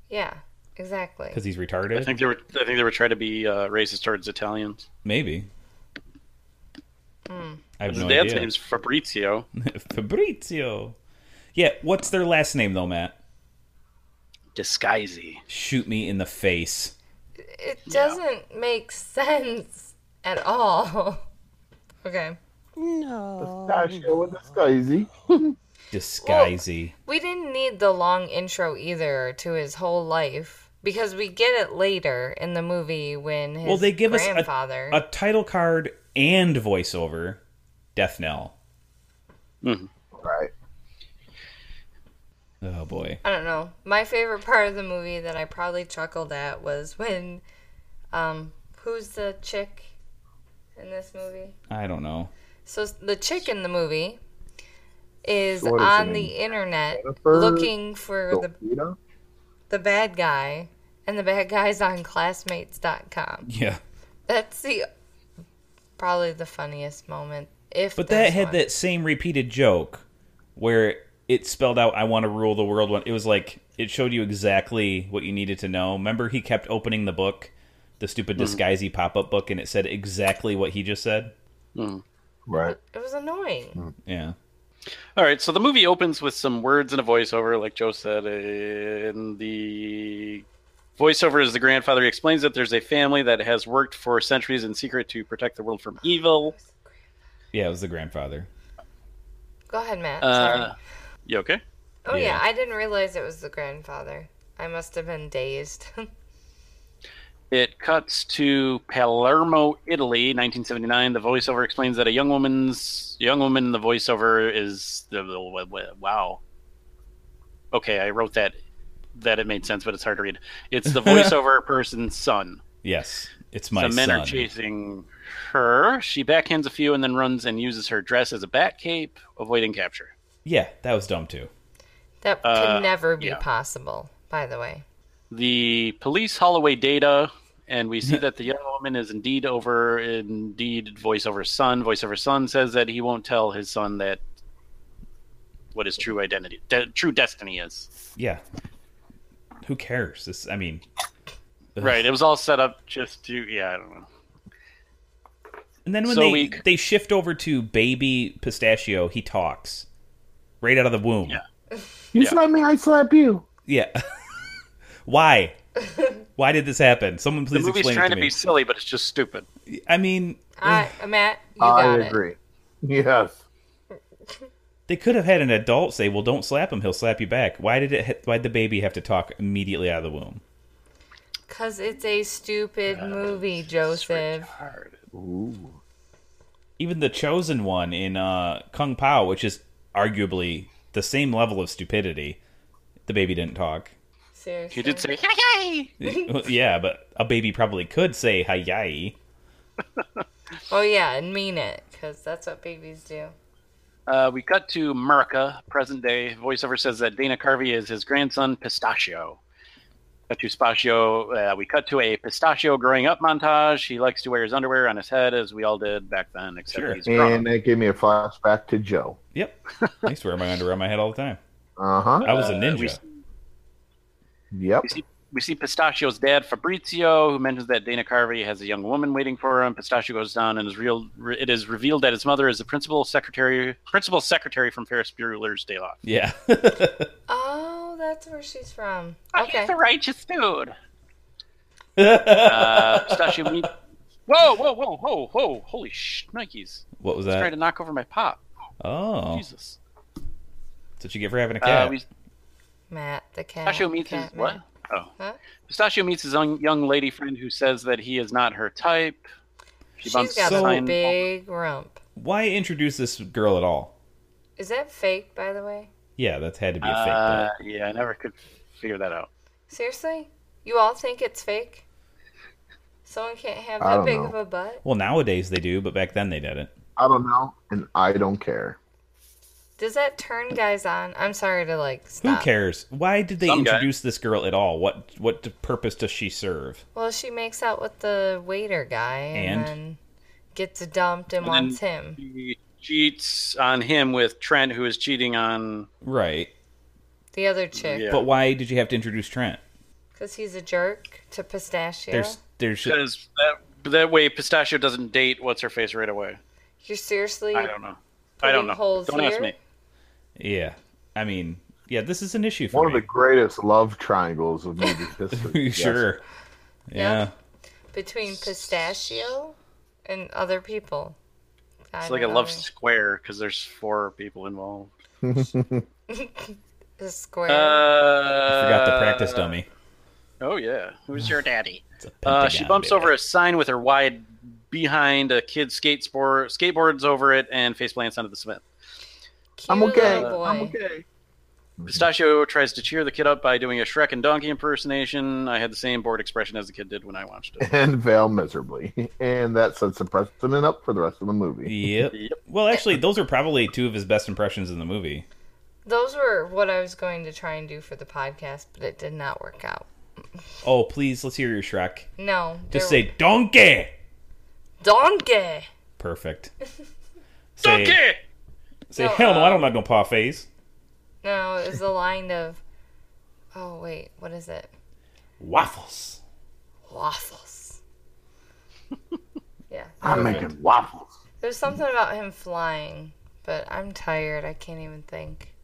S2: Yeah, exactly.
S4: Because he's
S6: I
S4: retarded?
S6: think they were. I think they were trying to be uh, racist towards Italians.
S4: Maybe. I have
S6: His
S4: no
S6: dad's
S4: idea.
S6: name's Fabrizio.
S4: Fabrizio. Yeah, what's their last name though, Matt?
S6: Disguisey.
S4: Shoot me in the face.
S2: It doesn't make sense at all. okay.
S5: Gosh, yo, with this guy, is he?
S4: Disguisey.
S2: We didn't need the long intro either to his whole life because we get it later in the movie when his
S4: Well, they give us a,
S2: grandfather.
S4: a title card and voiceover. Death Knell.
S5: Right.
S4: Oh boy.
S2: I don't know. My favorite part of the movie that I probably chuckled at was when um who's the chick in this movie?
S4: I don't know.
S2: So the chick in the movie is
S5: What is her
S2: on the
S5: name?
S2: internet
S5: Jennifer
S2: looking for the
S5: You know?
S2: the bad guy and the bad guy's on classmates.com.
S4: Yeah.
S2: That's the probably the funniest moment. If
S4: But
S2: there's
S4: that had
S2: one.
S4: that same repeated joke where it spelled out I want to rule the world one. It was like it showed you exactly what you needed to know. Remember he kept opening the book, the stupid disguisey pop-up book and it said exactly what he just said.
S5: Right.
S2: It was
S5: Hmm.
S2: annoying.
S4: Yeah.
S6: All right, so the movie opens with some words and a voiceover, like Joe said. And the voiceover is the grandfather. He explains that there's a family that has worked for centuries in secret to protect the world from evil.
S4: Yeah, it was the grandfather.
S2: Go ahead, Matt.
S6: Uh,
S2: Sorry.
S6: you okay?
S2: Oh yeah.
S4: yeah.
S2: I didn't realize it was the grandfather. I must have been dazed.
S6: It cuts to Palermo, Italy, 1979. The voiceover explains that a young woman's young woman in the voiceover is the wow. Okay, I wrote that that it made sense, but it's hard to read. It's the voiceover person's son.
S4: Yes. It's my
S6: the men
S4: son.
S6: are chasing her. She backhands a few and then runs and uses her dress as a bat cape, avoiding capture.
S4: Yeah, that was dumb too.
S2: that
S6: Uh,
S2: could never be
S6: yeah.
S2: possible. By the way,
S6: the police haul away data and we see that the young woman is indeed over indeed voiceover's son voiceover's son says that he won't tell his son that what his true identity de- true destiny is
S4: Yeah. Who cares? This I mean
S6: right it was all set up just to yeah i don't know
S4: And then when
S6: So
S4: they
S6: we-
S4: they shift over to baby pistachio, he talks right out of the womb.
S6: Yeah.
S5: You
S6: Yeah.
S5: slap me, I slap you.
S4: Yeah. Why? Why did this happen? Someone
S6: the
S4: please
S6: movie's
S4: explain it
S6: trying
S4: to
S6: to
S4: me.
S6: be silly but it's just stupid
S4: I mean,
S2: I, Uh, Matt, you
S5: I
S2: got it.
S5: agree. Yes.
S4: they could have had an adult say, "Well, don't slap him; he'll slap you back." Why did it? ha- Why did the baby have to talk immediately out of the womb?
S2: Cause it's a stupid movie, Joseph.
S4: Even the chosen one in uh, Kung Pao, which is arguably the same level of stupidity, the baby didn't talk.
S2: Seriously.
S6: he did say
S4: yeah, but a baby probably could say "hi yai."
S2: Oh yeah, and mean it, cause that's what babies do.
S6: uh, we cut to america present day voiceover says that dana carvey is his grandson pistachio Cut to pistachio. Uh, we cut to a pistachio growing up montage. He likes to wear his underwear on his head, as we all did back then, except
S4: Sure.
S6: he's grown.
S5: And that gave me a flashback to Joe.
S4: Yep, I used to wear my underwear on my head all the time.
S5: Uh huh.
S4: I was a
S6: Uh,
S4: ninja.
S6: we-
S5: Yep.
S6: We see, we see Pistachio's dad, Fabrizio, who mentions that Dana Carvey has a young woman waiting for him. Pistachio goes down, and is real. re- It is revealed that his mother is the principal secretary, principal secretary from Ferris Bueller's Day Off.
S4: yeah,
S2: Oh, that's where she's from. Okay.
S6: Oh, He's a righteous dude. uh, Pistachio. Meet- whoa, whoa, whoa, whoa, whoa! Holy sh! Nikes!
S4: what was
S6: Trying
S4: that?
S6: to knock over my pop.
S4: Oh, that's
S6: Jesus.
S4: what you get for having a
S6: Uh,
S4: cat.
S6: we,
S2: Matt the cat.
S6: Pistachio meets his
S2: cat
S6: what?
S2: Matt.
S6: Oh.
S2: Huh?
S6: Pistachio meets his young, young lady friend who says that he is not her type. She
S2: She's
S6: bumps
S2: got
S6: the
S2: a
S6: sign-
S2: big rump.
S4: Why introduce this girl at all?
S2: Is that fake, by the way?
S4: Yeah, that's had to be a fake.
S6: Uh,
S4: but-
S6: yeah, I never could figure that out.
S2: Seriously? You all think it's fake? Someone can't have
S5: I
S2: that
S5: don't
S2: big
S5: know.
S2: of a butt?
S4: Well, nowadays they do, but back then they didn't.
S5: I don't know, and I don't care.
S2: Does that turn guys on? I'm sorry to like
S4: Who
S2: stop.
S4: cares? Why did they
S6: Some guy.
S4: introduce this girl at all? What what d- purpose does she serve?
S2: Well, she makes out with the waiter guy and,
S4: And?
S2: then gets dumped and,
S6: And then-
S2: wants him.
S6: She cheats on him with Trent, who is cheating on.
S4: Right.
S2: The other chick.
S6: Yeah.
S4: But why did you have to introduce Trent?
S2: Because he's a jerk to Pistachio.
S4: There's there's
S6: Because that, that way, Pistachio doesn't date What's Her Face right away.
S2: You're seriously.
S6: I don't know. I don't know.
S2: holes
S6: Don't ask
S2: here?
S6: me.
S4: yeah. I mean, yeah, this is an issue for
S5: One of
S4: me.
S5: the greatest love triangles of movie history. Yes.
S4: sure. Yeah.
S2: Between Pistachio and other people. I
S6: It's like a
S2: don't
S6: love
S2: know.
S6: square because there's four people involved.
S2: The square.
S6: Uh,
S4: Forgot the practice dummy.
S6: Oh yeah, who's your daddy?
S4: It's a
S6: Uh, she
S4: pentagon,
S6: bumps
S4: baby.
S6: over a sign with her wide behind. A kid skateboard skateboards over it and face plants onto the cement.
S2: Cute
S5: I'm okay.
S2: little boy.
S5: I'm okay.
S6: Mm-hmm. Pistachio tries to cheer the kid up by doing a Shrek and Donkey impersonation. I had the same bored expression as the kid did when I watched it.
S5: And fail miserably. And that sets the precedent up for the rest of the movie.
S4: Yep.
S6: Yep.
S4: Well, actually, those are probably two of his best impressions in the movie.
S2: Those were what I was going to try and do for the podcast, but it did not work out.
S4: Oh, please, let's hear your Shrek.
S2: No.
S4: Just
S2: there-
S4: say donkey.
S2: Donkey!
S4: Perfect. Say,
S6: Donkey!
S4: Say
S2: No,
S4: hell no, I
S2: uh,
S4: don't like no parfaits.
S2: No, it was the line of, oh wait, what is it?
S4: Waffles.
S2: Waffles. yeah,
S5: I'm making waffles.
S2: there's something about him flying, but I'm tired. I can't even think.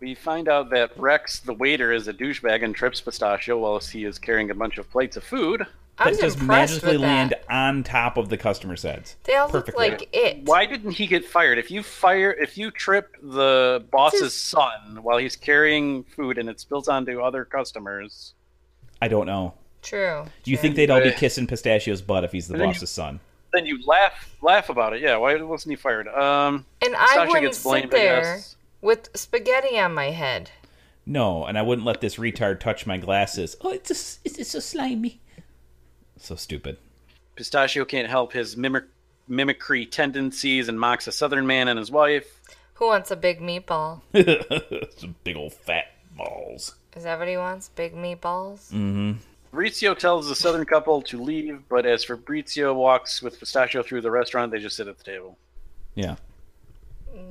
S6: We find out that Rex, the waiter, is a douchebag and trips Pistachio whilst he is carrying a bunch of plates of food.
S2: I was
S4: that just
S2: impressed
S4: magically
S2: with that.
S4: land on top of the customer's heads.
S2: They all look
S4: perfectly.
S2: like it.
S6: Why didn't he get fired? If you fire, if you trip the boss's son while he's carrying food and it spills onto other customers,
S4: I don't know.
S2: True.
S4: You think they'd all be kissing Pistachio's butt if he's the boss's son?
S6: then you laugh laugh about it. Yeah, why wasn't he fired? Um,
S2: And I
S6: Sasha
S2: wouldn't
S6: gets blamed,
S2: sit
S6: I
S2: there
S6: guess.
S2: with spaghetti on my head.
S4: No, and I wouldn't let this retard touch my glasses. Oh, it's just, it's, it's so slimy. So stupid.
S6: Pistachio can't help his mimic mimicry tendencies and mocks a Southern man and his wife.
S2: Who wants a big meatball?
S4: Some big old fat balls.
S2: Is that what he wants? Big meatballs?
S6: Fabrizio tells the Southern couple to leave, but as Fabrizio walks with Pistachio through the restaurant, they just sit at the table.
S4: Yeah.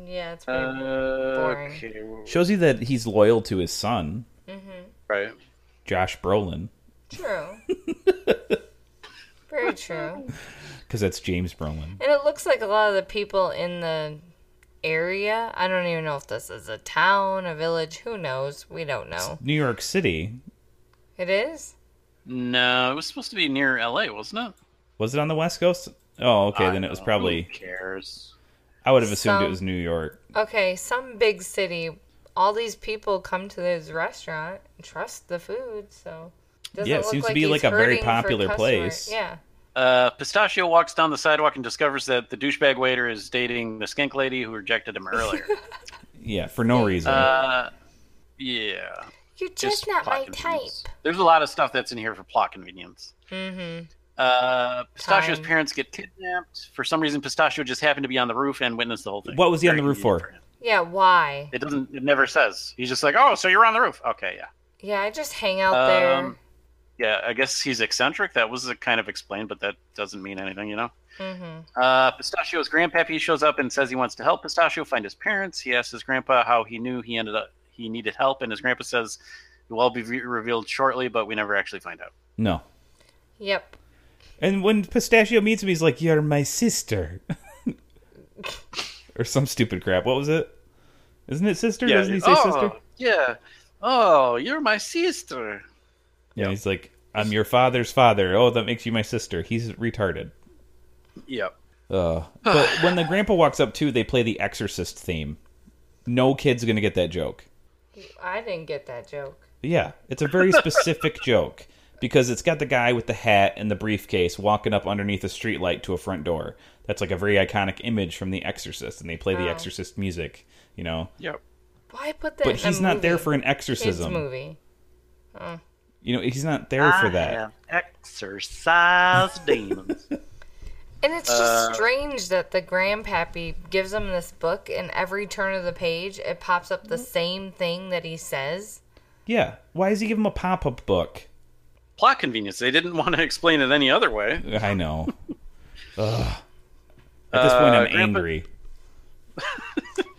S2: Yeah, it's
S6: Uh,
S2: pretty boring.
S6: okay, well,
S4: Shows you that he's loyal to his son,
S6: right.
S4: Josh Brolin,
S2: True. Very true.
S4: because that's James Brolin.
S2: And it looks like a lot of the people in the area. I don't even know if this is a town, a village. Who knows? We don't know.
S4: New York City.
S2: It is?
S6: No, it was supposed to be near L.A., wasn't it?
S4: Was it on the West Coast? Oh, okay. Then it was probably.
S6: Who cares?
S4: I would have assumed it
S2: Some-
S4: was New York.
S2: Okay, some big city. All these people come to this restaurant and trust the food, so. Doesn't
S4: Yeah, it
S2: look
S4: seems to be
S2: he's
S4: like a very
S2: hurting for
S4: popular
S2: customer-
S4: place.
S2: Yeah.
S6: Uh, Pistachio walks down the sidewalk and discovers that the douchebag waiter is dating the skink lady who rejected him earlier.
S4: Yeah, for no reason.
S6: uh, yeah.
S2: You're just, not
S6: plot
S2: my type.
S6: convenience. There's a lot of stuff that's in here for plot convenience.
S2: Mm-hmm.
S6: Uh, Pistachio's
S2: Time.
S6: parents get kidnapped. For some reason, Pistachio just happened to be on the roof and witnessed the whole thing.
S4: What was he on
S6: Very
S4: the roof
S6: convenient
S4: for?
S6: him.
S2: Yeah, why?
S6: It doesn't. It never says. He's just like, oh, so you're on the roof. Okay, yeah.
S2: Yeah, I just hang out
S6: Um, Yeah, I guess he's eccentric. That was uh, kind of explained, but that doesn't mean anything, you know.
S2: there. Mm-hmm.
S6: Uh, Pistachio's grandpappy shows up and says he wants to help Pistachio find his parents. He asks his grandpa how he knew he ended up he needed help, and his grandpa says it will all be re- revealed shortly, but we never actually find out.
S4: no.
S2: Yep.
S4: And when Pistachio meets him, he's like, "You're my sister," or some stupid crap. What was it? Isn't it sister? Doesn't he say
S6: oh,
S4: sister?
S6: Yeah. Oh, you're my sister.
S4: Yeah. He's like, "I'm your father's father." Oh, that makes you my sister. He's retarded.
S6: Yep.
S4: Uh, but when the grandpa walks up too, they play the Exorcist theme. No kid's gonna get that joke.
S2: I didn't get that joke.
S4: Yeah, it's a very specific joke because it's got the guy with the hat and the briefcase walking up underneath a streetlight to a front door. That's like a very iconic image from The Exorcist, and they play The Exorcist music. You know,
S6: Yep.
S2: Why put that?
S4: but
S2: in
S4: he's
S2: a
S4: not there
S2: movie?
S4: for an
S2: kids
S4: exorcism.
S2: movie.
S4: You know, he's not there for that.
S6: Exercise demons.
S2: And it's just strange that the grandpappy gives him this book, and every turn of the page, it pops up the same thing that he says.
S4: Yeah. Why does he give him a pop up book?
S6: Plot convenience. They didn't want to explain it any other way.
S4: I know. Ugh. At this point, I'm
S6: Grandpa-
S4: angry.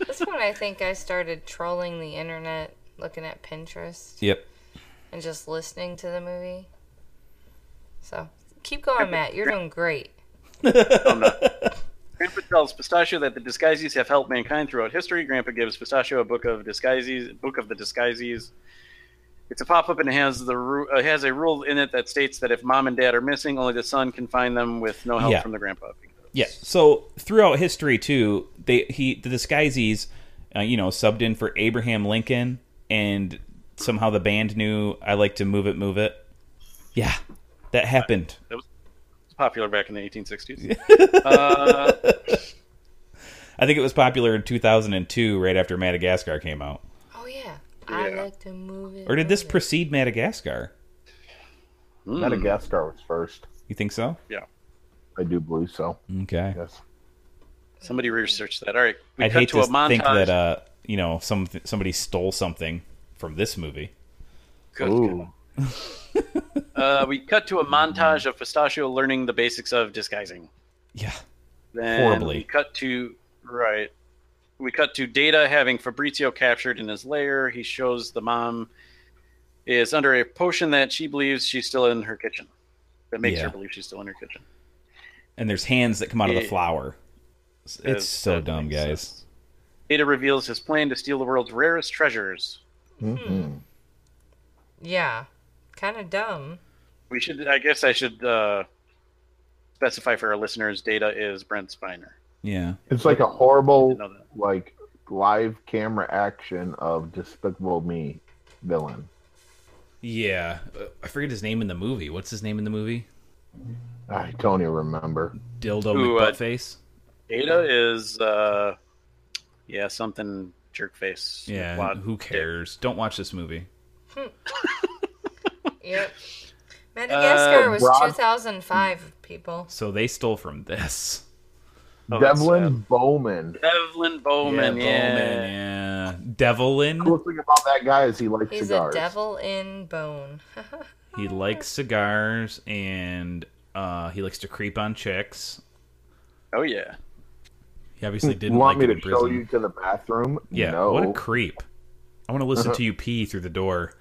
S2: This one, I think I started trolling the internet, looking at Pinterest,
S4: Yep.
S2: and just listening to the movie. So keep going, Matt. You're doing great.
S6: Grandpa tells Pistachio that the disguises have helped mankind throughout history. Grandpa gives Pistachio a book of disguises, book of the disguises. It's a pop-up and it has the ru- uh, has a rule in it that states that if mom and dad are missing, only the son can find them with no help
S4: Yeah.
S6: from the grandpa.
S4: Yeah. So throughout history too, they he the disguisees, uh, you know, subbed in for Abraham Lincoln, and somehow the band knew I like to move it, move it. Yeah, that happened.
S6: It's popular back in the 1860s.
S4: I think it was popular in 2002, right after Madagascar came out.
S2: Oh yeah, I like to move it.
S4: Or did this
S2: move it.
S4: precede Madagascar?
S5: Madagascar was first.
S4: You think so?
S6: yeah,
S5: I do believe so.
S4: Okay.
S5: Yes.
S6: somebody researched that. All right, we
S4: I'd
S6: cut
S4: hate
S6: to
S4: to
S6: a montage.
S4: think that uh, you know, some somebody stole something from this movie.
S6: Good
S5: Ooh.
S6: Uh, we cut to a montage of Pistachio learning the basics of disguising.
S4: Yeah.
S6: Then
S4: Horribly.
S6: we cut to right. We cut to Data having Fabrizio captured in his lair. He shows the mom is under a potion that she believes she's still in her kitchen. That makes
S4: Yeah.
S6: her believe she's still in her kitchen.
S4: And there's hands that come out of the
S6: Yeah.
S4: flower. It's,
S6: That-
S4: it's so
S6: that
S4: dumb,
S6: makes
S4: guys.
S6: sense. Data reveals his plan to steal the world's rarest treasures.
S2: Yeah. Kind of dumb.
S6: We should, I guess, I should uh, specify for our listeners: Data is Brent Spiner.
S4: Yeah.
S5: It's like a horrible,
S6: know that.
S5: like live camera action of Despicable Me villain.
S4: Yeah. Uh, I forget his name in the movie. What's his name in the movie?
S5: I don't even remember.
S4: Dildo
S6: Who, uh,
S4: McButtface?
S6: Data is, uh, yeah, something jerk face.
S4: yeah.
S6: Wad-
S4: Who cares? Don't watch this movie.
S2: Yep. Madagascar was
S5: Rod-
S2: 2005, people.
S4: So they stole from this.
S6: Oh, that's
S5: Devlin Bowman.
S6: sad. Evelyn Bowman. Yeah.
S4: Bowman, yeah. Devilin.
S5: Cool thing about that guy is he likes
S2: He's
S5: cigars.
S2: a devil in bone.
S4: He likes cigars and uh, he likes to creep on chicks.
S6: Oh yeah.
S4: He obviously
S5: You
S4: didn't
S5: want
S4: like
S5: me
S4: it
S5: to
S4: in
S5: show
S4: prison.
S5: you to the bathroom?
S4: yeah.
S5: No. Uh-huh.
S4: What a creep. I want to listen to you pee through the door.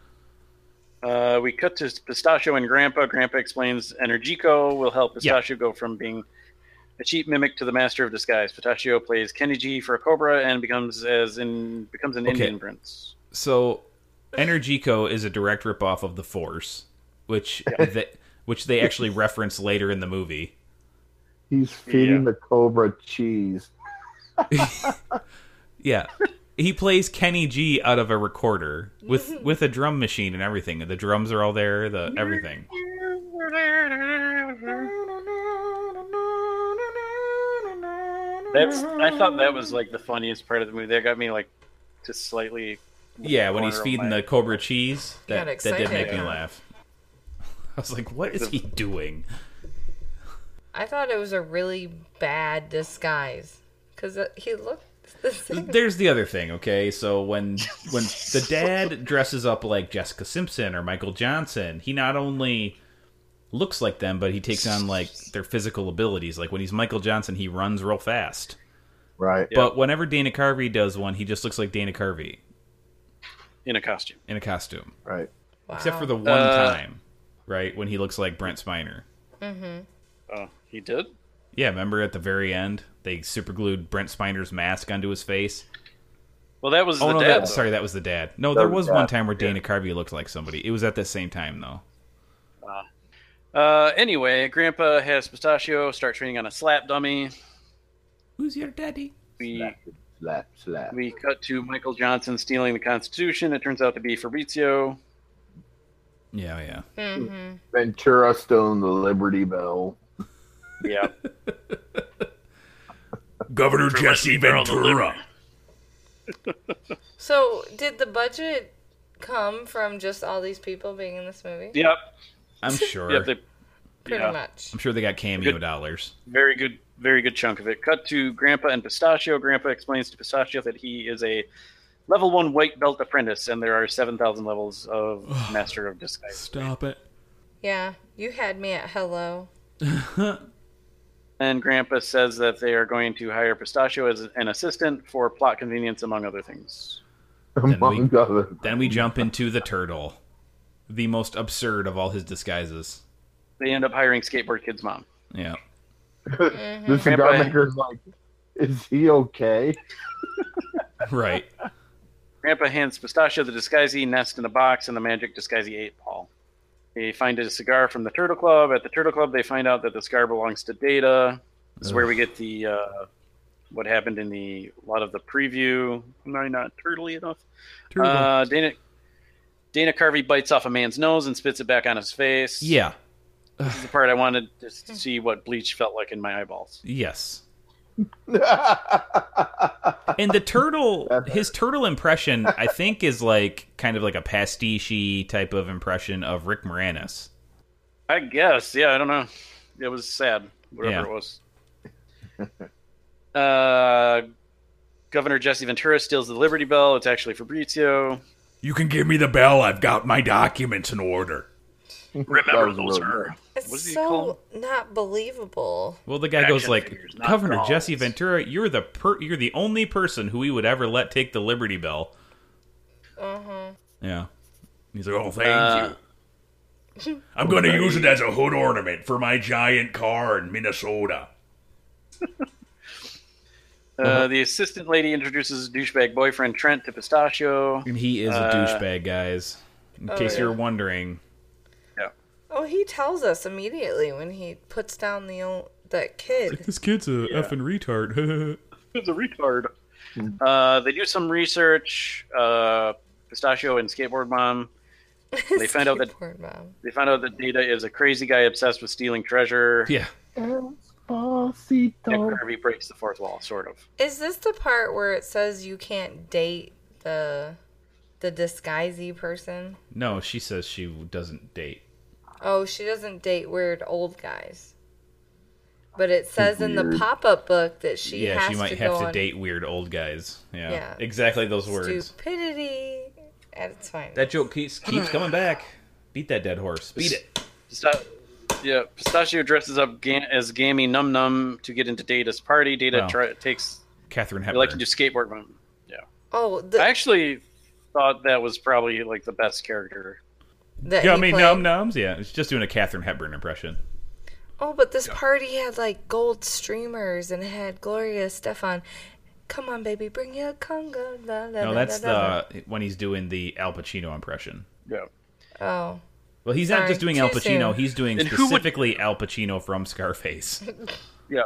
S6: Uh, we cut to Pistachio and Grandpa. Grandpa explains Energico will help
S4: Yeah.
S6: Pistachio go from being a cheap mimic to the master of disguise. Pistachio plays Kenny G for a Cobra and becomes as in becomes an
S4: Okay.
S6: Indian prince.
S4: so Energico is a direct ripoff of the Force, which they, which they actually reference later in the movie.
S5: He's feeding
S6: Yeah.
S5: the cobra cheese.
S4: Yeah. He plays Kenny G out of a recorder with with a drum machine and everything. The drums are all there, the everything.
S6: That's I thought that was like the funniest part of the movie. That got me like just slightly.
S4: Yeah, when he's
S6: Corner of
S4: feeding
S6: my-
S4: the cobra cheese, that that
S2: got
S4: did
S2: excited,
S4: make me
S2: huh?
S4: laugh. I was like, what is he doing?
S2: I thought it was a really bad disguise because he looked the same.
S4: there's the other thing okay so when when the dad dresses up like jessica simpson or michael johnson he not only looks like them but he takes on like their physical abilities like when he's michael johnson he runs real fast
S5: Right.
S4: but whenever dana carvey does one he just looks like dana carvey
S6: in a costume.
S4: in a costume
S5: Right.
S2: Wow.
S4: except for the one
S6: Uh.
S4: time right when he looks like brent spiner
S6: Oh, he did.
S4: yeah remember at the very end they superglued brent spiner's mask onto his face
S6: Well, that was
S4: oh
S6: the
S4: no
S6: dad.
S4: that,
S6: though.
S4: sorry that was the dad no there
S5: was
S4: was
S5: the
S4: one
S5: dad,
S4: time where dana carvey looked like somebody it was at the same time though
S6: Uh, anyway, Grandpa has Pistachio start training on a slap dummy.
S4: Who's your daddy?
S6: We
S5: Slap, slap.
S6: we cut to Michael Johnson stealing the Constitution. It turns out to be Fabrizio.
S4: Yeah, yeah.
S5: Ventura Stone, the Liberty Bell.
S6: Yeah.
S4: Governor Jesse Ventura.
S2: So, did the budget come from just all these people being in this movie?
S6: yep.
S4: I'm sure.
S6: Yep. They,
S2: Pretty
S6: yeah.
S2: much.
S4: I'm sure they got cameo
S6: Good.
S4: dollars.
S6: very good. Very good chunk of it. Cut to Grandpa and Pistachio. Grandpa explains to Pistachio that he is a level one white belt apprentice, and there are seven thousand levels of Master of Disguise.
S4: Stop it.
S2: Yeah, you had me at hello.
S6: And Grandpa says that they are going to hire Pistachio as an assistant for plot convenience, among other things.
S5: Among
S2: Mm-hmm.
S5: other.
S4: Then we jump into the turtle, the most absurd of all his disguises.
S6: They end up hiring Skateboard Kid's mom.
S4: Yeah.
S5: The cigar
S6: Grandpa-
S5: maker's like, is he okay?
S4: Right.
S6: Grandpa hands Pistachio the disguisee nest in a box and the magic disguisee eight ball. They find a cigar from the Turtle Club. At the Turtle Club, they find out that the cigar belongs to Data. This is where we get the uh, what happened in the a lot of the preview. Am I not turtly enough? Uh, Dana Dana Carvey bites off a man's nose and spits it back on his face.
S4: yeah.
S6: this is the part I wanted just to see what bleach felt like in my eyeballs.
S4: Yes. and the turtle, his turtle impression, I think, is like kind of like a pastiche type of impression of Rick Moranis.
S6: I guess. Yeah, I don't know. It was sad, whatever
S4: Yeah.
S6: it was. uh, Governor Jesse Ventura steals the Liberty Bell. It's actually Fabrizio. Uh,
S4: You can give me the bell. I've got my documents in order.
S5: Remember those
S2: It
S6: what does
S2: It's
S6: he call him?
S2: so not believable.
S4: Well, the guy goes
S6: Action
S4: like,
S6: figures, not
S4: "Governor
S6: dolls."
S4: Jesse Ventura, you're the per- you're the only person who we would ever let take the Liberty Bell."
S2: Mm-hmm.
S4: Uh huh. Yeah. He's like, "Oh, thank
S6: Uh,
S4: you. I'm going to use it as a hood ornament for my giant car in Minnesota."
S6: Uh, the assistant lady introduces douchebag boyfriend Trent to Pistachio.
S4: And he is a
S6: Uh,
S4: douchebag, guys. In case you're wondering,
S6: Yeah.
S2: Oh, he tells us immediately when he puts down the o- that kid.
S4: this kid's a effing retard.
S6: He's a retard. Uh, they do some research. Uh, Pistachio and Skateboard Mom. They find out that
S2: Skateboard mom.
S6: they find out that Data is a crazy guy obsessed with stealing treasure.
S4: yeah.
S6: Nick Harvey breaks the fourth wall, sort of.
S2: Is this the part where it says you can't date the the disguisey person?
S4: No, she says she doesn't date.
S2: Oh, she doesn't date weird old guys. But it says in the pop-up book that she
S4: yeah,
S2: has
S4: she might
S2: to
S4: have
S2: go
S4: to
S2: on
S4: date weird old guys. Yeah.
S2: Yeah.
S4: Exactly those words.
S2: stupidity at its finest.
S4: That joke keeps keeps coming back. Beat that dead horse. Beat it.
S6: Pista- yeah, Pistachio dresses up ga- as Gammy Num Num to get into Data's party. Data
S4: Wow.
S6: try- takes
S4: Catherine Hepburn.
S6: they like to do skateboard mom. Yeah,
S2: oh,
S6: I
S2: the,
S6: actually thought that was probably like the best character.
S2: that he
S4: Gummy
S2: played-
S4: num nums. Yeah, it's just doing a Catherine Hepburn impression.
S2: Oh, but this party had like gold streamers and it had Gloria Stefan. Come on, baby, bring your Congo. La, la,
S4: No,
S2: la,
S4: that's
S2: la, la, la.
S4: the when he's doing the Al Pacino impression.
S6: Yeah,
S2: Oh,
S4: Well, he's not
S2: Sorry,
S4: just doing Al
S2: too
S4: Pacino.
S2: soon.
S4: He's doing
S6: And who would-
S4: specifically Al Pacino from Scarface.
S6: yeah.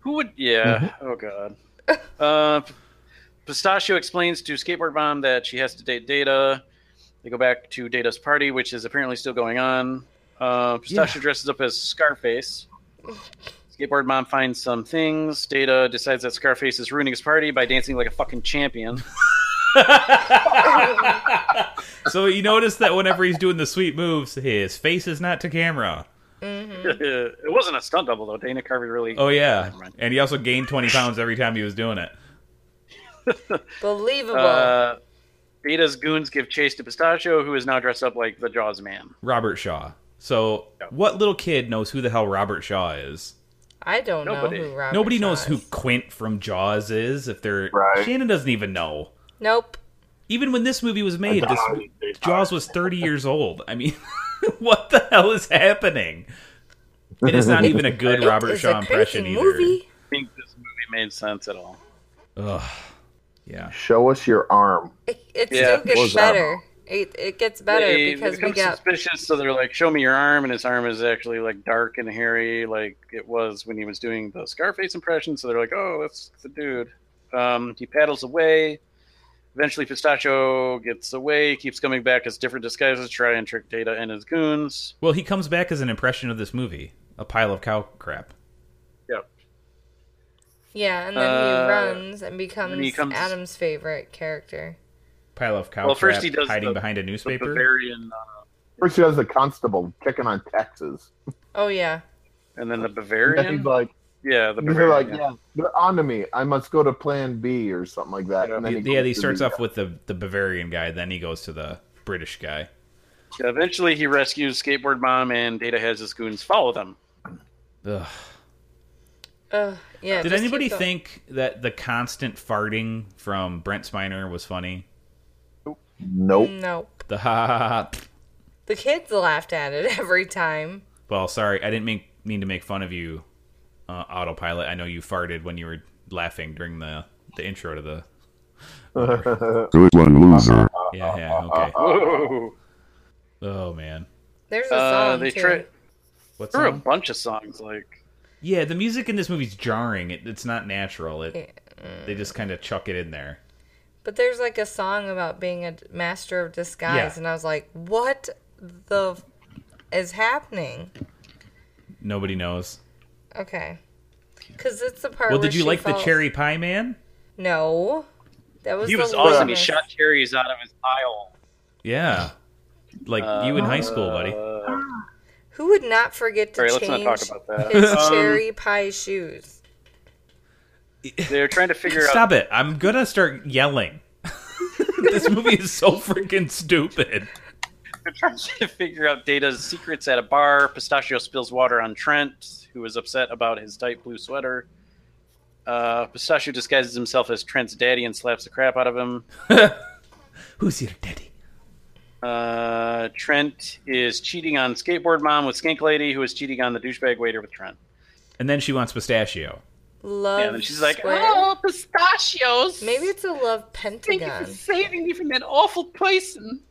S6: Who would? Yeah. Oh God. Uh, Pistachio explains to Skateboard Mom that she has to date Data. They go back to Data's party, which is apparently still going on. Uh, Pistachio dresses up as Scarface. Skateboard Mom finds some things. Data decides that Scarface is ruining his party by dancing like a fucking champion.
S4: so you notice that whenever he's doing the sweet moves, his face is not to camera.
S6: it wasn't a stunt double though. Dana Carvey really.
S4: Oh yeah, and he also gained twenty pounds every time he was doing it.
S2: believable.
S6: Uh, Data's goons give chase to Pistachio, who is now dressed up like the Jaws man.
S4: Robert Shaw. So what little kid knows who the hell Robert Shaw is?
S2: I don't
S6: nobody-
S2: know who Robert
S4: Nobody
S2: Shaw
S4: knows who
S2: is.
S4: Quint from Jaws is. If they're
S5: Right.
S4: Shannon doesn't even know.
S2: Nope.
S4: Even when this movie was made, this Jaws was 30 years old. I mean, what the hell is happening? It is not even a good Robert
S2: It's
S4: Shaw
S2: a
S4: impression
S2: crazy
S4: either.
S2: movie.
S6: I think this movie made sense at all.
S4: Yeah.
S5: Show us your arm.
S2: It
S6: Yeah.
S2: still gets
S5: Was that-
S2: better. It, it gets better
S6: They
S2: because we
S6: become
S2: got
S6: suspicious, so they're like, "Show me your arm," and his arm is actually like dark and hairy, like it was when he was doing the Scarface impression. So they're like, "Oh, that's the dude." Um, he paddles away. Eventually, Pistachio gets away. Keeps coming back as different disguises, to try and trick Data and his goons.
S4: Well, he comes back as an impression of this movie a pile of cow crap.
S6: Yep.
S2: yeah, and then
S6: Uh,
S2: he runs and becomes
S6: he comes-
S2: Adam's favorite character.
S4: Pile of cow
S6: Well,
S4: crap
S6: first he does
S4: hiding
S6: the-
S4: behind a
S6: The
S4: newspaper.
S6: Bavarian, uh,
S5: First, she does the constable checking on taxes.
S2: Oh yeah,
S6: and then the
S5: And he's
S6: Bavarian.
S5: like,
S6: Yeah, the
S5: And They're
S6: Bavarian.
S5: like,
S6: yeah.
S5: yeah, they're on to me. I must go to Plan B or something like that. And then he
S4: yeah,
S5: goes
S4: he
S5: to
S4: starts
S5: the-
S4: off with the, the Bavarian guy, then he goes to the British guy.
S6: Yeah, Eventually, he rescues Skateboard Mom, and Data has his goons follow them.
S4: Ugh.
S2: Ugh, yeah.
S4: Did
S2: just keep
S4: anybody
S2: going.
S4: think that the constant farting from Brent Spiner was funny?
S5: Nope.
S2: Nope.
S4: The ha ha ha ha.
S2: The kids laughed at it every time.
S4: Well, sorry, I didn't mean mean to make fun of you, uh, autopilot. I know you farted when you were laughing during the the intro to the.
S3: Good one, loser.
S4: Yeah, yeah, okay.
S6: Whoa!
S4: Oh man,
S2: There's a
S6: Uh,
S2: song
S6: they
S2: too.
S6: try.
S4: what's
S6: There were a
S4: that?
S6: bunch of songs like
S4: Yeah, the music in this movie's jarring. It, it's not natural. It they just kind of chuck it in there.
S2: But there's like a song about being a master of disguise,
S4: Yeah.
S2: and I was like, "What the f- is happening?"
S4: Nobody knows.
S2: Okay, because it's the part.
S4: Well,
S2: where
S4: did you
S2: she
S4: like the
S2: falls-
S4: cherry pie man?
S2: No, that was
S6: he
S2: the
S6: was awesome. He
S2: littlest.
S6: shot cherries out of his aisle.
S4: Yeah, like you in high school, buddy.
S2: Who would not forget to
S6: All right, let's
S2: change
S6: not talk about that.
S2: his
S6: Um,
S2: cherry pie shoes?
S6: They're trying to figure out.
S4: Stop it! I'm gonna start yelling. this movie is so freaking stupid.
S6: They're trying to figure out Data's secrets at a bar. Pistachio spills water on Trent, who is upset about his tight blue sweater. Uh, Pistachio disguises himself as Trent's daddy and slaps the crap out of him.
S7: Who's your daddy?
S6: Uh, Trent is cheating on skateboard mom with Skink Lady, who is cheating on the douchebag waiter with Trent.
S4: And then she wants pistachio.
S2: Love.
S6: Yeah, and then she's like,
S2: square.
S8: Oh, pistachios.
S2: Maybe it's a love
S8: Thank you for
S2: pentagon.
S8: saving me from that awful poison.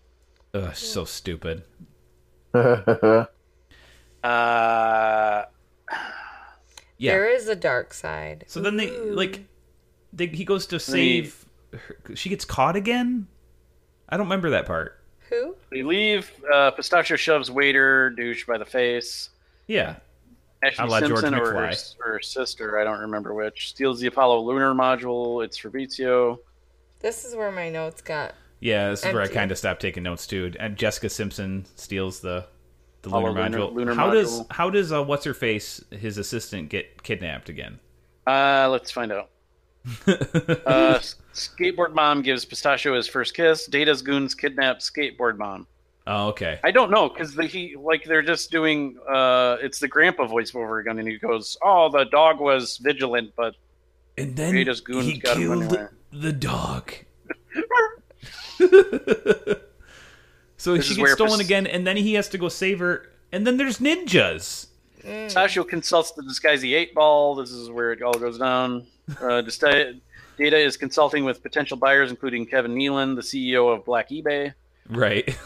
S4: Ugh, so stupid.
S6: Uh,
S4: Yeah.
S2: There is a dark side.
S4: So then they like, they, he goes to save. Her, she gets caught again. I don't remember that part.
S2: Who?
S6: they leave. Uh, Pistachio shoves waiter douche by the face.
S4: Yeah,
S6: Ashley
S4: A la George
S6: Simpson or her,
S4: McFly.
S6: her sister, I don't remember which, steals the Apollo lunar module. It's Fabrizio.
S2: This is where my notes got.
S4: yeah. This is where I
S2: Empty.
S4: kind of stopped taking notes too. And Jessica Simpson steals the the
S6: Hollow
S4: lunar
S6: lunar-
S4: module.
S6: lunar
S4: how does
S6: module.
S4: how does uh, what's her face his assistant get kidnapped again?
S6: Uh, let's find out. uh, s- skateboard mom gives Pistachio his first kiss. Data's goons kidnap skateboard mom.
S4: Oh, okay.
S6: I don't know because he like they're just doing. Uh, it's the grandpa voiceover again, and he goes, "Oh, the dog was vigilant, but
S4: And then
S6: Rita's goons
S4: he
S6: got him
S4: killed
S6: anyway.
S4: the dog. so
S6: This
S4: she
S6: is
S4: gets
S6: where
S4: stolen
S6: pers-
S4: again, and then he has to go save her. And then there's ninjas.
S6: Pistachio consults the disguise the eight ball. This is where it all goes down. Uh, dis- Data is consulting with potential buyers, including Kevin Nealon, the CEO of Black eBay.
S4: Right.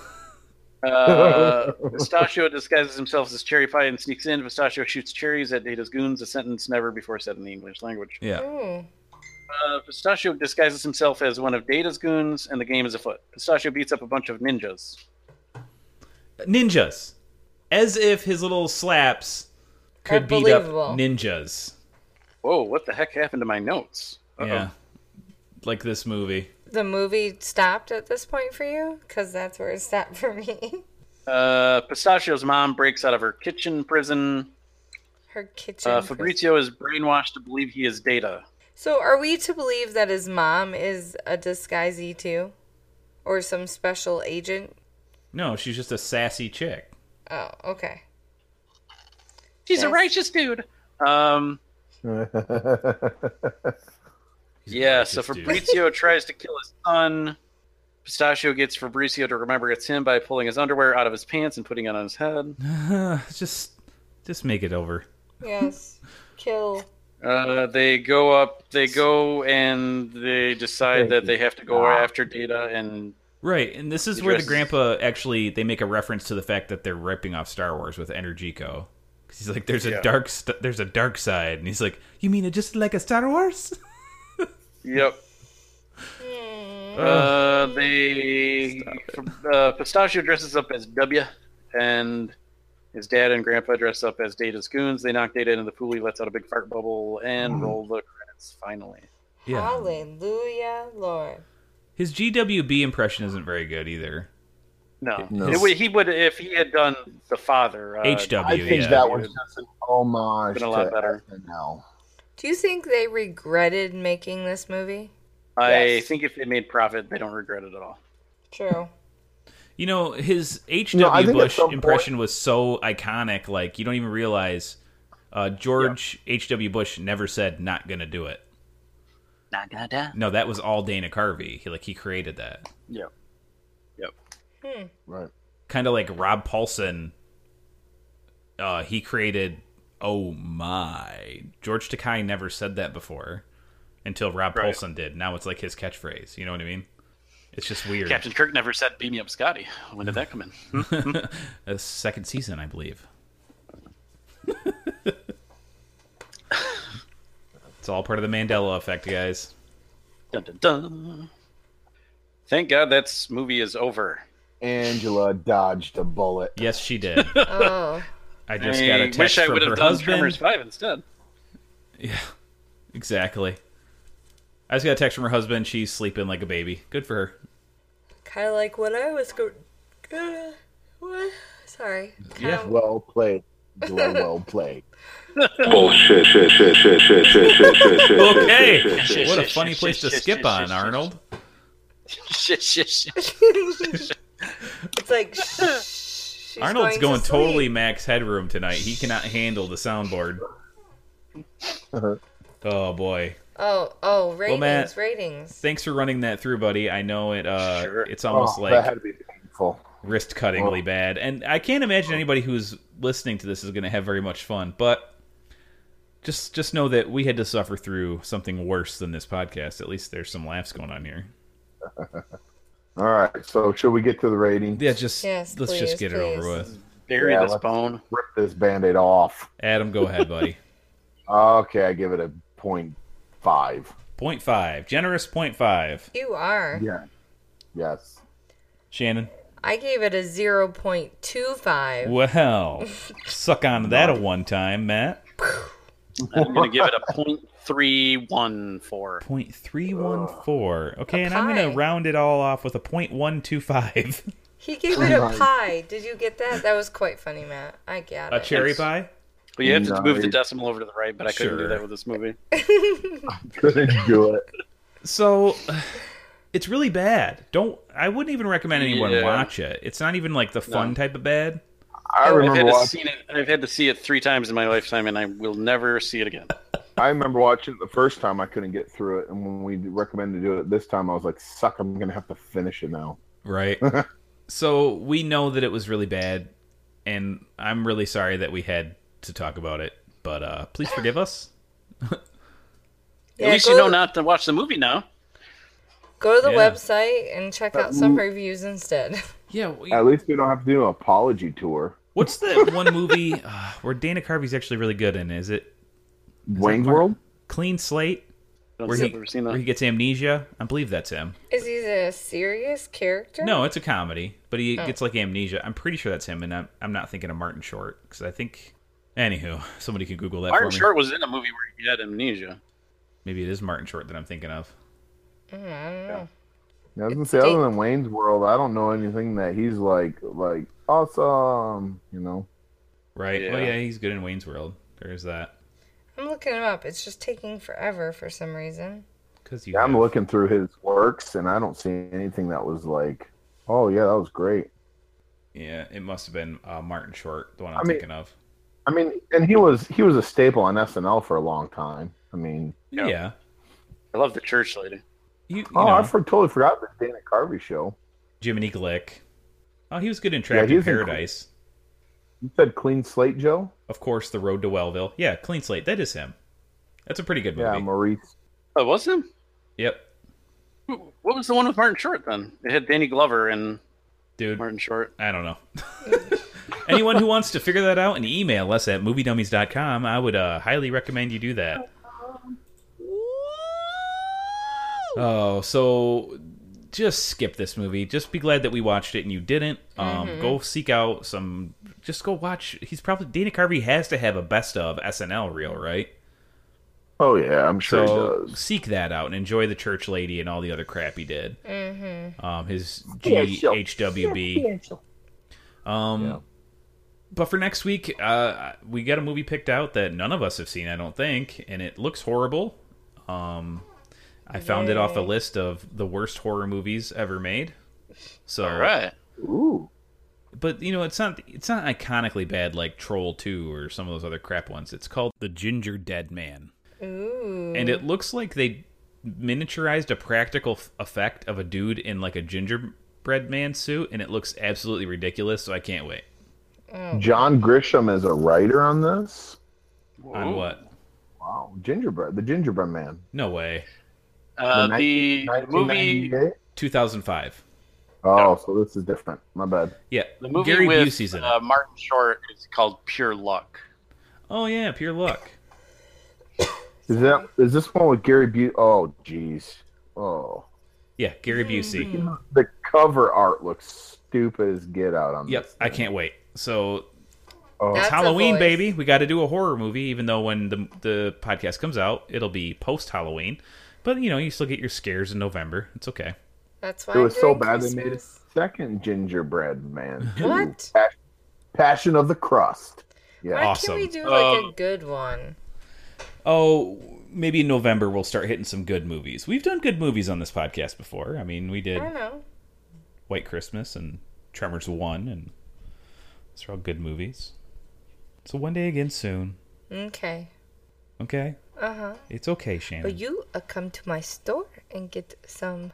S6: Uh, Pistachio disguises himself as Cherry Pie and sneaks in. Pistachio shoots cherries at Data's goons, a sentence never before said in the English language.
S4: Yeah.
S2: Ooh.
S6: Uh, Pistachio disguises himself as one of Data's goons, and the game is afoot. Pistachio beats up a bunch of ninjas.
S4: Ninjas. As if his little slaps could beat up
S2: Unbelievable.
S4: ninjas.
S6: Whoa, what the heck happened to my notes? Uh-oh.
S4: Yeah. Like this movie.
S2: The movie stopped at this point for you? Because that's where it stopped for me.
S6: Uh, Pistachio's mom breaks out of her kitchen prison.
S2: Her kitchen.
S6: Uh,
S2: pres-
S6: Fabrizio is brainwashed to believe he is Data.
S2: So are we to believe that his mom is a disguisee too? Or some special agent?
S4: No, she's just a sassy chick.
S2: Oh, okay.
S8: She's a
S2: Yes.
S8: righteous dude.
S6: Um, yeah, so
S4: righteous dude.
S6: Fabrizio tries to kill his son. Pistachio gets Fabrizio to remember it's him by pulling his underwear out of his pants and putting it on his head.
S4: Just just make it over.
S2: Yes. Kill.
S6: Uh, they go up, they go and they decide that they have to go after Data and
S4: Right, and this is where the
S6: Just-
S4: grandpa actually they make a reference to the fact that they're ripping off Star Wars with Energico. 'Cause he's like, "There's a dark, st- there's a dark side," and he's like, "You mean it just like a Star Wars?"
S6: Yep. Hmm. Uh, they uh, Pistachio dresses up as W, and his dad and grandpa dress up as Data's goons. They knock Data into the pool. He lets out a big fart bubble and roll the credits. Finally,
S4: Yeah,
S2: Hallelujah, Lord.
S4: his GWB impression isn't very good either.
S6: no,
S5: No.
S6: It would- he would if he had done the father. Uh,
S5: I
S4: HW,
S5: think
S4: yeah,
S5: that was just an homage
S6: Been a lot
S5: to
S6: better.
S5: SNL.
S2: Do you think they regretted making this movie?
S6: I
S5: Yes.
S6: think if they made profit, they don't regret it at all.
S2: True.
S4: you know, his HW
S5: No, I think at
S4: Bush
S5: some
S4: impression was so iconic, like you don't even realize uh, George HW Bush never said not gonna do it.
S1: Nah, nah, nah.
S4: No, that was all Dana Carvey. He like he created that.
S6: Yep. Yep.
S5: Right.
S4: kind of like Rob Paulson. Uh, he created. Oh my! George Takei never said that before, until Rob
S6: Right.
S4: Paulson did. Now it's like his catchphrase. You know what I mean? It's just weird.
S6: Captain Kirk never said "Beam me up, Scotty." When did that come in?
S4: A second season, I believe. it's all part of the Mandela effect, guys.
S6: Dun, dun, dun. Thank God that movie is over.
S5: Angela dodged a bullet.
S4: Yes, she did.
S2: Oh.
S4: I just
S6: I
S4: got a
S6: wish
S4: text
S6: I
S4: from
S6: would
S4: her
S6: have done
S4: husband.
S6: Tremors Five instead.
S4: Exactly. I just got a text from her husband. She's sleeping like a baby. Good for her.
S2: kind of like what I was going. What? Sorry.
S4: Yeah,
S2: Kinda-
S5: Well played. Angela, well played. Oh,
S3: Bullshit, shit, shit, shit, shit, shit, shit, shit, shit,
S4: Okay.
S3: shit, shit, shit.
S4: What a funny place to skip on, Arnold.
S6: Shit, shit, shit.
S2: It's like shh. she's
S4: Arnold's going,
S2: to
S4: totally
S2: sleep.
S4: max headroom tonight. He cannot handle the soundboard.
S3: Uh-huh.
S4: oh boy.
S2: Oh, oh, ratings,
S4: Matt-
S2: ratings.
S4: Thanks for running that through, buddy. I know it uh
S6: Sure.
S4: it's almost
S5: Oh, that
S4: like
S5: had to be painful.
S4: wrist cuttingly
S3: Oh.
S4: bad. And I can't imagine anybody who's listening to this is going to have very much fun. But just just know that we had to suffer through something worse than this podcast. At least there's some laughs going on here.
S5: All right, so should we get to the rating?
S4: Yeah, just
S2: Yes,
S4: let's
S2: please,
S4: just get it
S2: please.
S4: over with.
S6: Bury
S5: Yeah,
S6: this
S5: let's-
S6: bone.
S5: Rip this band-aid off.
S4: Adam, go ahead, buddy.
S5: Okay, I give it a point five.
S4: Point five, generous point five.
S2: You are.
S5: Yeah. Yes.
S4: Shannon,
S2: I gave it a zero point two five.
S4: well, suck on to that a one time, Matt.
S6: I'm going to give it a point three one four.
S4: Point three one four. Okay,
S2: A
S4: and I'm gonna
S2: pie.
S4: round it all off with a point one two five.
S2: He
S5: Oh
S2: gave it a pie. Did you get that? That was quite funny, Matt. I got
S4: A
S2: it.
S4: cherry pie.
S6: Well, you have to move the
S5: Nice.
S6: decimal over to the right, but I couldn't
S4: Sure.
S6: do that with this movie.
S5: Couldn't do it.
S4: So it's really bad. Don't I wouldn't even recommend anyone
S6: Yeah.
S4: watch it. It's not even like the fun type of bad.
S5: I
S6: I've had,
S5: remember
S6: to
S5: watching.
S6: seen it, I've had to see it three times in my lifetime, and I will never see it again.
S5: I remember watching it the first time. I couldn't get through it, and when we recommended to do it this time, I was like, "Suck! I'm gonna have to finish it now."
S4: Right. so we know that it was really bad and I'm really sorry that we had to talk about it, but uh please forgive us.
S2: Yeah,
S6: At least
S2: go,
S6: you know not to watch the movie now.
S2: Go to the
S4: Yeah.
S2: website and check out some reviews instead.
S4: Yeah, we-
S5: At least we don't have to do an apology tour.
S4: what's the one movie uh, where Dana Carvey's actually really good in? Is it
S5: Wayne's World.
S4: Clean Slate?
S6: I don't
S4: Where
S6: think
S4: he,
S6: I've ever seen that.
S4: where he gets amnesia? I believe that's him.
S2: Is he a serious character?
S4: No, it's a comedy, but he gets like amnesia. I'm pretty sure that's him, and I'm, I'm not thinking of Martin Short because I think. Anywho, somebody could Google that
S6: Martin
S4: for me.
S6: Short was in a movie where he had amnesia.
S4: Maybe it is Martin Short that I'm thinking of.
S5: I was gonna say, other than Wayne's World, I don't know anything that he's like, like awesome. You know,
S4: Right?
S6: Yeah.
S4: Oh yeah, he's good in Wayne's World. There's that.
S2: I'm looking him up. It's just taking forever for some reason.
S4: Because you.
S5: Yeah, I'm
S4: have-
S5: looking through his works, and I don't see anything that was like, "Oh yeah, that was great."
S4: Yeah, it must have been uh, Martin Short, the one I'm
S5: I mean-
S4: thinking of.
S5: I mean, and he was he was a staple on SNL for a long time. I mean,
S4: Yeah.
S6: I love the church lady.
S4: You, you
S5: oh,
S4: know,
S5: I for, totally forgot the Dana Carvey show.
S4: Jiminy Glick. Oh, he was good in
S5: Yeah,
S4: Trapped
S5: he
S4: in
S5: was in-
S4: Paradise.
S5: You said Clean Slate, Joe?
S4: Of course, The Road to Wellville. Yeah, Clean Slate. That is him. That's a pretty good movie.
S5: Yeah, Maurice.
S6: Oh, was him?
S4: yep,
S6: Who- What was the one with Martin Short then? It had Danny Glover and
S4: dude.
S6: Martin Short.
S4: I don't know. Anyone who wants to figure that out and email us at moviedummies.com, I would uh, highly recommend you do that. Oh, so just skip this movie. Just be glad that we watched it and you didn't. Um, Go seek out some. Just go watch. He's probably Dana Carvey has to have a best of SNL reel, right?
S5: Oh yeah, I'm sure
S4: So
S5: he does.
S4: seek that out and enjoy the church lady and all the other crap he did. Mm-hmm. Um, his
S5: sure.
S4: GHWB. Um,
S5: Yeah.
S4: but for next week, uh, we got a movie picked out that none of us have seen, I don't think, and it looks horrible. Um, I found it off a list of the worst horror movies ever made. So,
S6: All right.
S5: Ooh,
S4: but you know, it's not it's not iconically bad like Troll Two or some of those other crap ones. It's called The Ginger Dead Man,
S2: Ooh.
S4: and it looks like they miniaturized a practical f- effect of a dude in like a gingerbread man suit, and it looks absolutely ridiculous. So I can't wait.
S5: John Grisham is a writer on this.
S4: On what?
S5: Wow, Gingerbread, the Gingerbread Man,
S4: No way.
S6: Uh,
S5: The
S6: the movie
S5: 1998?
S4: 2005.
S5: Oh, so this is different. My bad.
S4: Yeah,
S6: The movie
S4: Gary
S6: with
S4: Busey's in it.
S6: uh, Martin Short is called Pure Luck.
S4: oh yeah, pure luck.
S5: Is that is this one with Gary Busey? Oh, jeez. Oh,
S4: Yeah, Gary Busey.
S5: the cover art looks stupid as get out on
S4: Yep,
S5: this.
S4: I can't wait. So
S5: Oh,
S2: That's
S4: it's
S2: a
S4: Halloween,
S2: voice.
S4: baby. We got to do a horror movie, even though when the the podcast comes out, it'll be post Halloween. But you know, you still get your scares in November. It's okay.
S2: That's why
S5: it was
S2: I'm
S5: so
S2: doing
S5: bad they made a
S2: Christmas.
S5: second Gingerbread Man.
S2: What?
S5: Passion, Passion of the Crust.
S2: Why
S5: Yeah.
S4: Awesome.
S2: can't we do like a
S6: Um,
S2: good one?
S4: Oh, maybe in November we'll start hitting some good movies. We've done good movies on this podcast before. I mean, we did
S2: I don't know.
S4: White Christmas and Tremors One, and those are all good movies. So one day again soon,
S2: Okay.
S4: okay?
S2: Uh huh.
S4: It's okay, Shannon.
S2: But you uh, come to my store and get some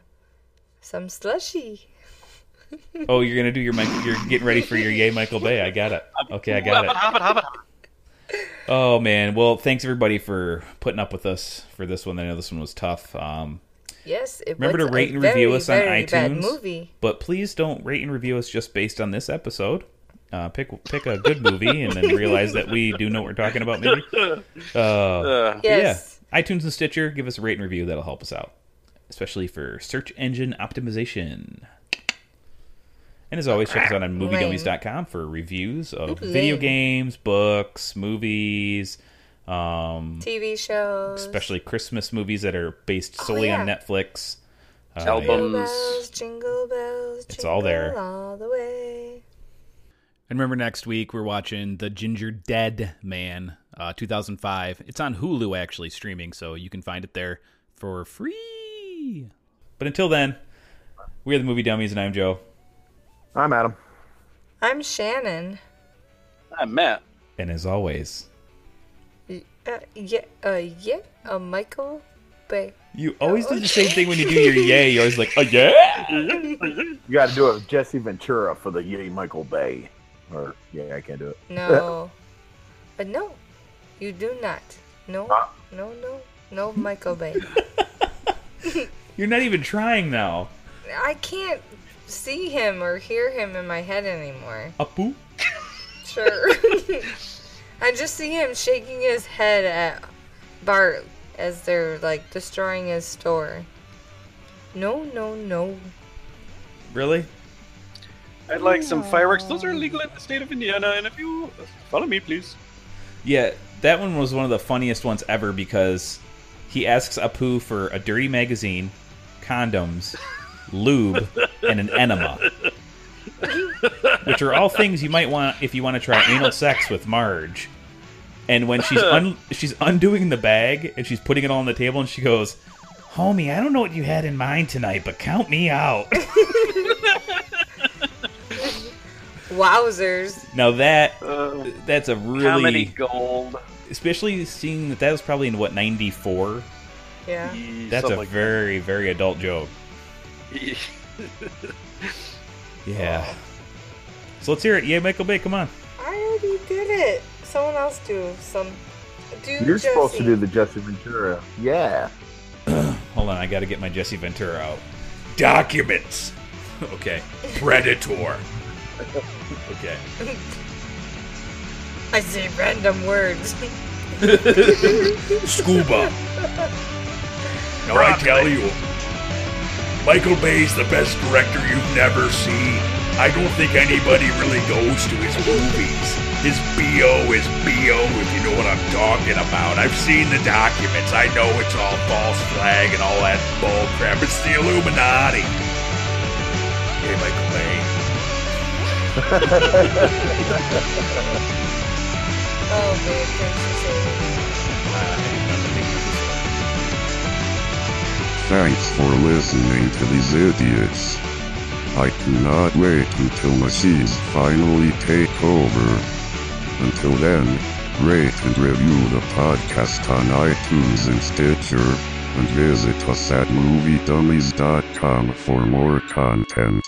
S2: some slushy.
S4: Oh, you're gonna do your Mike. You're getting ready for your yay, Michael Bay. I got it. Okay, I got it. Oh man. Well, thanks everybody for putting up with us for this one. I know this one was tough. Um,
S2: Yes, it
S4: remember
S2: was
S4: to rate
S2: a
S4: and review
S2: very,
S4: us on
S2: very
S4: iTunes.
S2: Bad movie.
S4: But please don't rate and review us just based on this episode. Uh, pick pick a good movie and then realize that we do know what we're talking about. Maybe. Uh,
S2: Yes.
S4: Yeah. iTunes and Stitcher. Give us a rate and review. That'll help us out, especially for search engine optimization. And as always, check us out on moviedummies.com for reviews of
S2: Lame.
S4: video games, books, movies, um,
S2: TV shows.
S4: especially Christmas movies that are based solely on
S2: yeah.
S4: Netflix. Uh,
S2: Jingle
S6: Albums.
S2: bells, jingle bells,
S4: It's all there.
S2: jingle All the way.
S9: And remember, next week we're watching The Ginger Dead Man, uh, 2005. It's on Hulu, actually, streaming, so you can find it there for free.
S4: But until then, we are the Movie Dummies, and I'm Joe.
S5: I'm Adam.
S2: I'm Shannon.
S6: I'm Matt.
S4: And as always,
S2: Y- Uh, yeah, uh, yeah, uh, Michael Bay.
S4: you always do the same thing when you do your yay. You're always like, oh, yeah!
S5: You got to do it with Jesse Ventura for the Yay Michael Bay. Or, yeah, I can't do it. Uh.
S2: No. but no, you do not. No, no, no, no, Michael Bay.
S4: You're not even trying now.
S2: I can't see him or hear him in my head anymore.
S4: Apu?
S2: Sure. I just see him shaking his head at Bart as they're like destroying his store. No, no, no.
S4: Really?
S6: I'd like some fireworks. Those are illegal in the state of Indiana, and if you follow me, please.
S4: Yeah, that one was one of the funniest ones ever because he asks Apu for a dirty magazine, condoms, lube, and an enema. Which are all things you might want if you want to try anal sex with Marge. And when she's un- she's undoing the bag and she's putting it all on the table and she goes, "Homie, I don't know what you had in mind tonight, but count me out."
S2: Wowzers.
S4: now that
S6: Uh,
S4: that's a really
S6: Comedy gold.
S4: especially seeing that that was probably in what 94
S2: Yeah.
S4: That's
S6: Something
S4: a
S6: like
S4: very, very adult joke.
S6: that.
S4: Yeah.
S6: Oh.
S4: So let's hear it. Yeah, Michael Bay, come on.
S2: I already did it. Someone else do some. Do
S5: You're supposed to
S2: Jesse.
S5: do the Jesse Ventura. Yeah.
S4: Hold on, I gotta get my Jesse Ventura out. Documents! Okay. Predator. okay.
S2: I say random words.
S4: Scuba. now I tell you, Michael Bay's the best director you've never seen. I don't think anybody really goes to his movies. His BO is BO, if you know what I'm talking about. I've seen the documents. I know it's all false flag and all that bull crap. It's the Illuminati. Hey, Michael Bay.
S2: oh, babe, thanks for saving me.
S3: Thanks for listening to these idiots. I cannot wait until machines finally take over. Until then, rate and review the podcast on iTunes and Stitcher, and visit us at moviedummies.com for more content.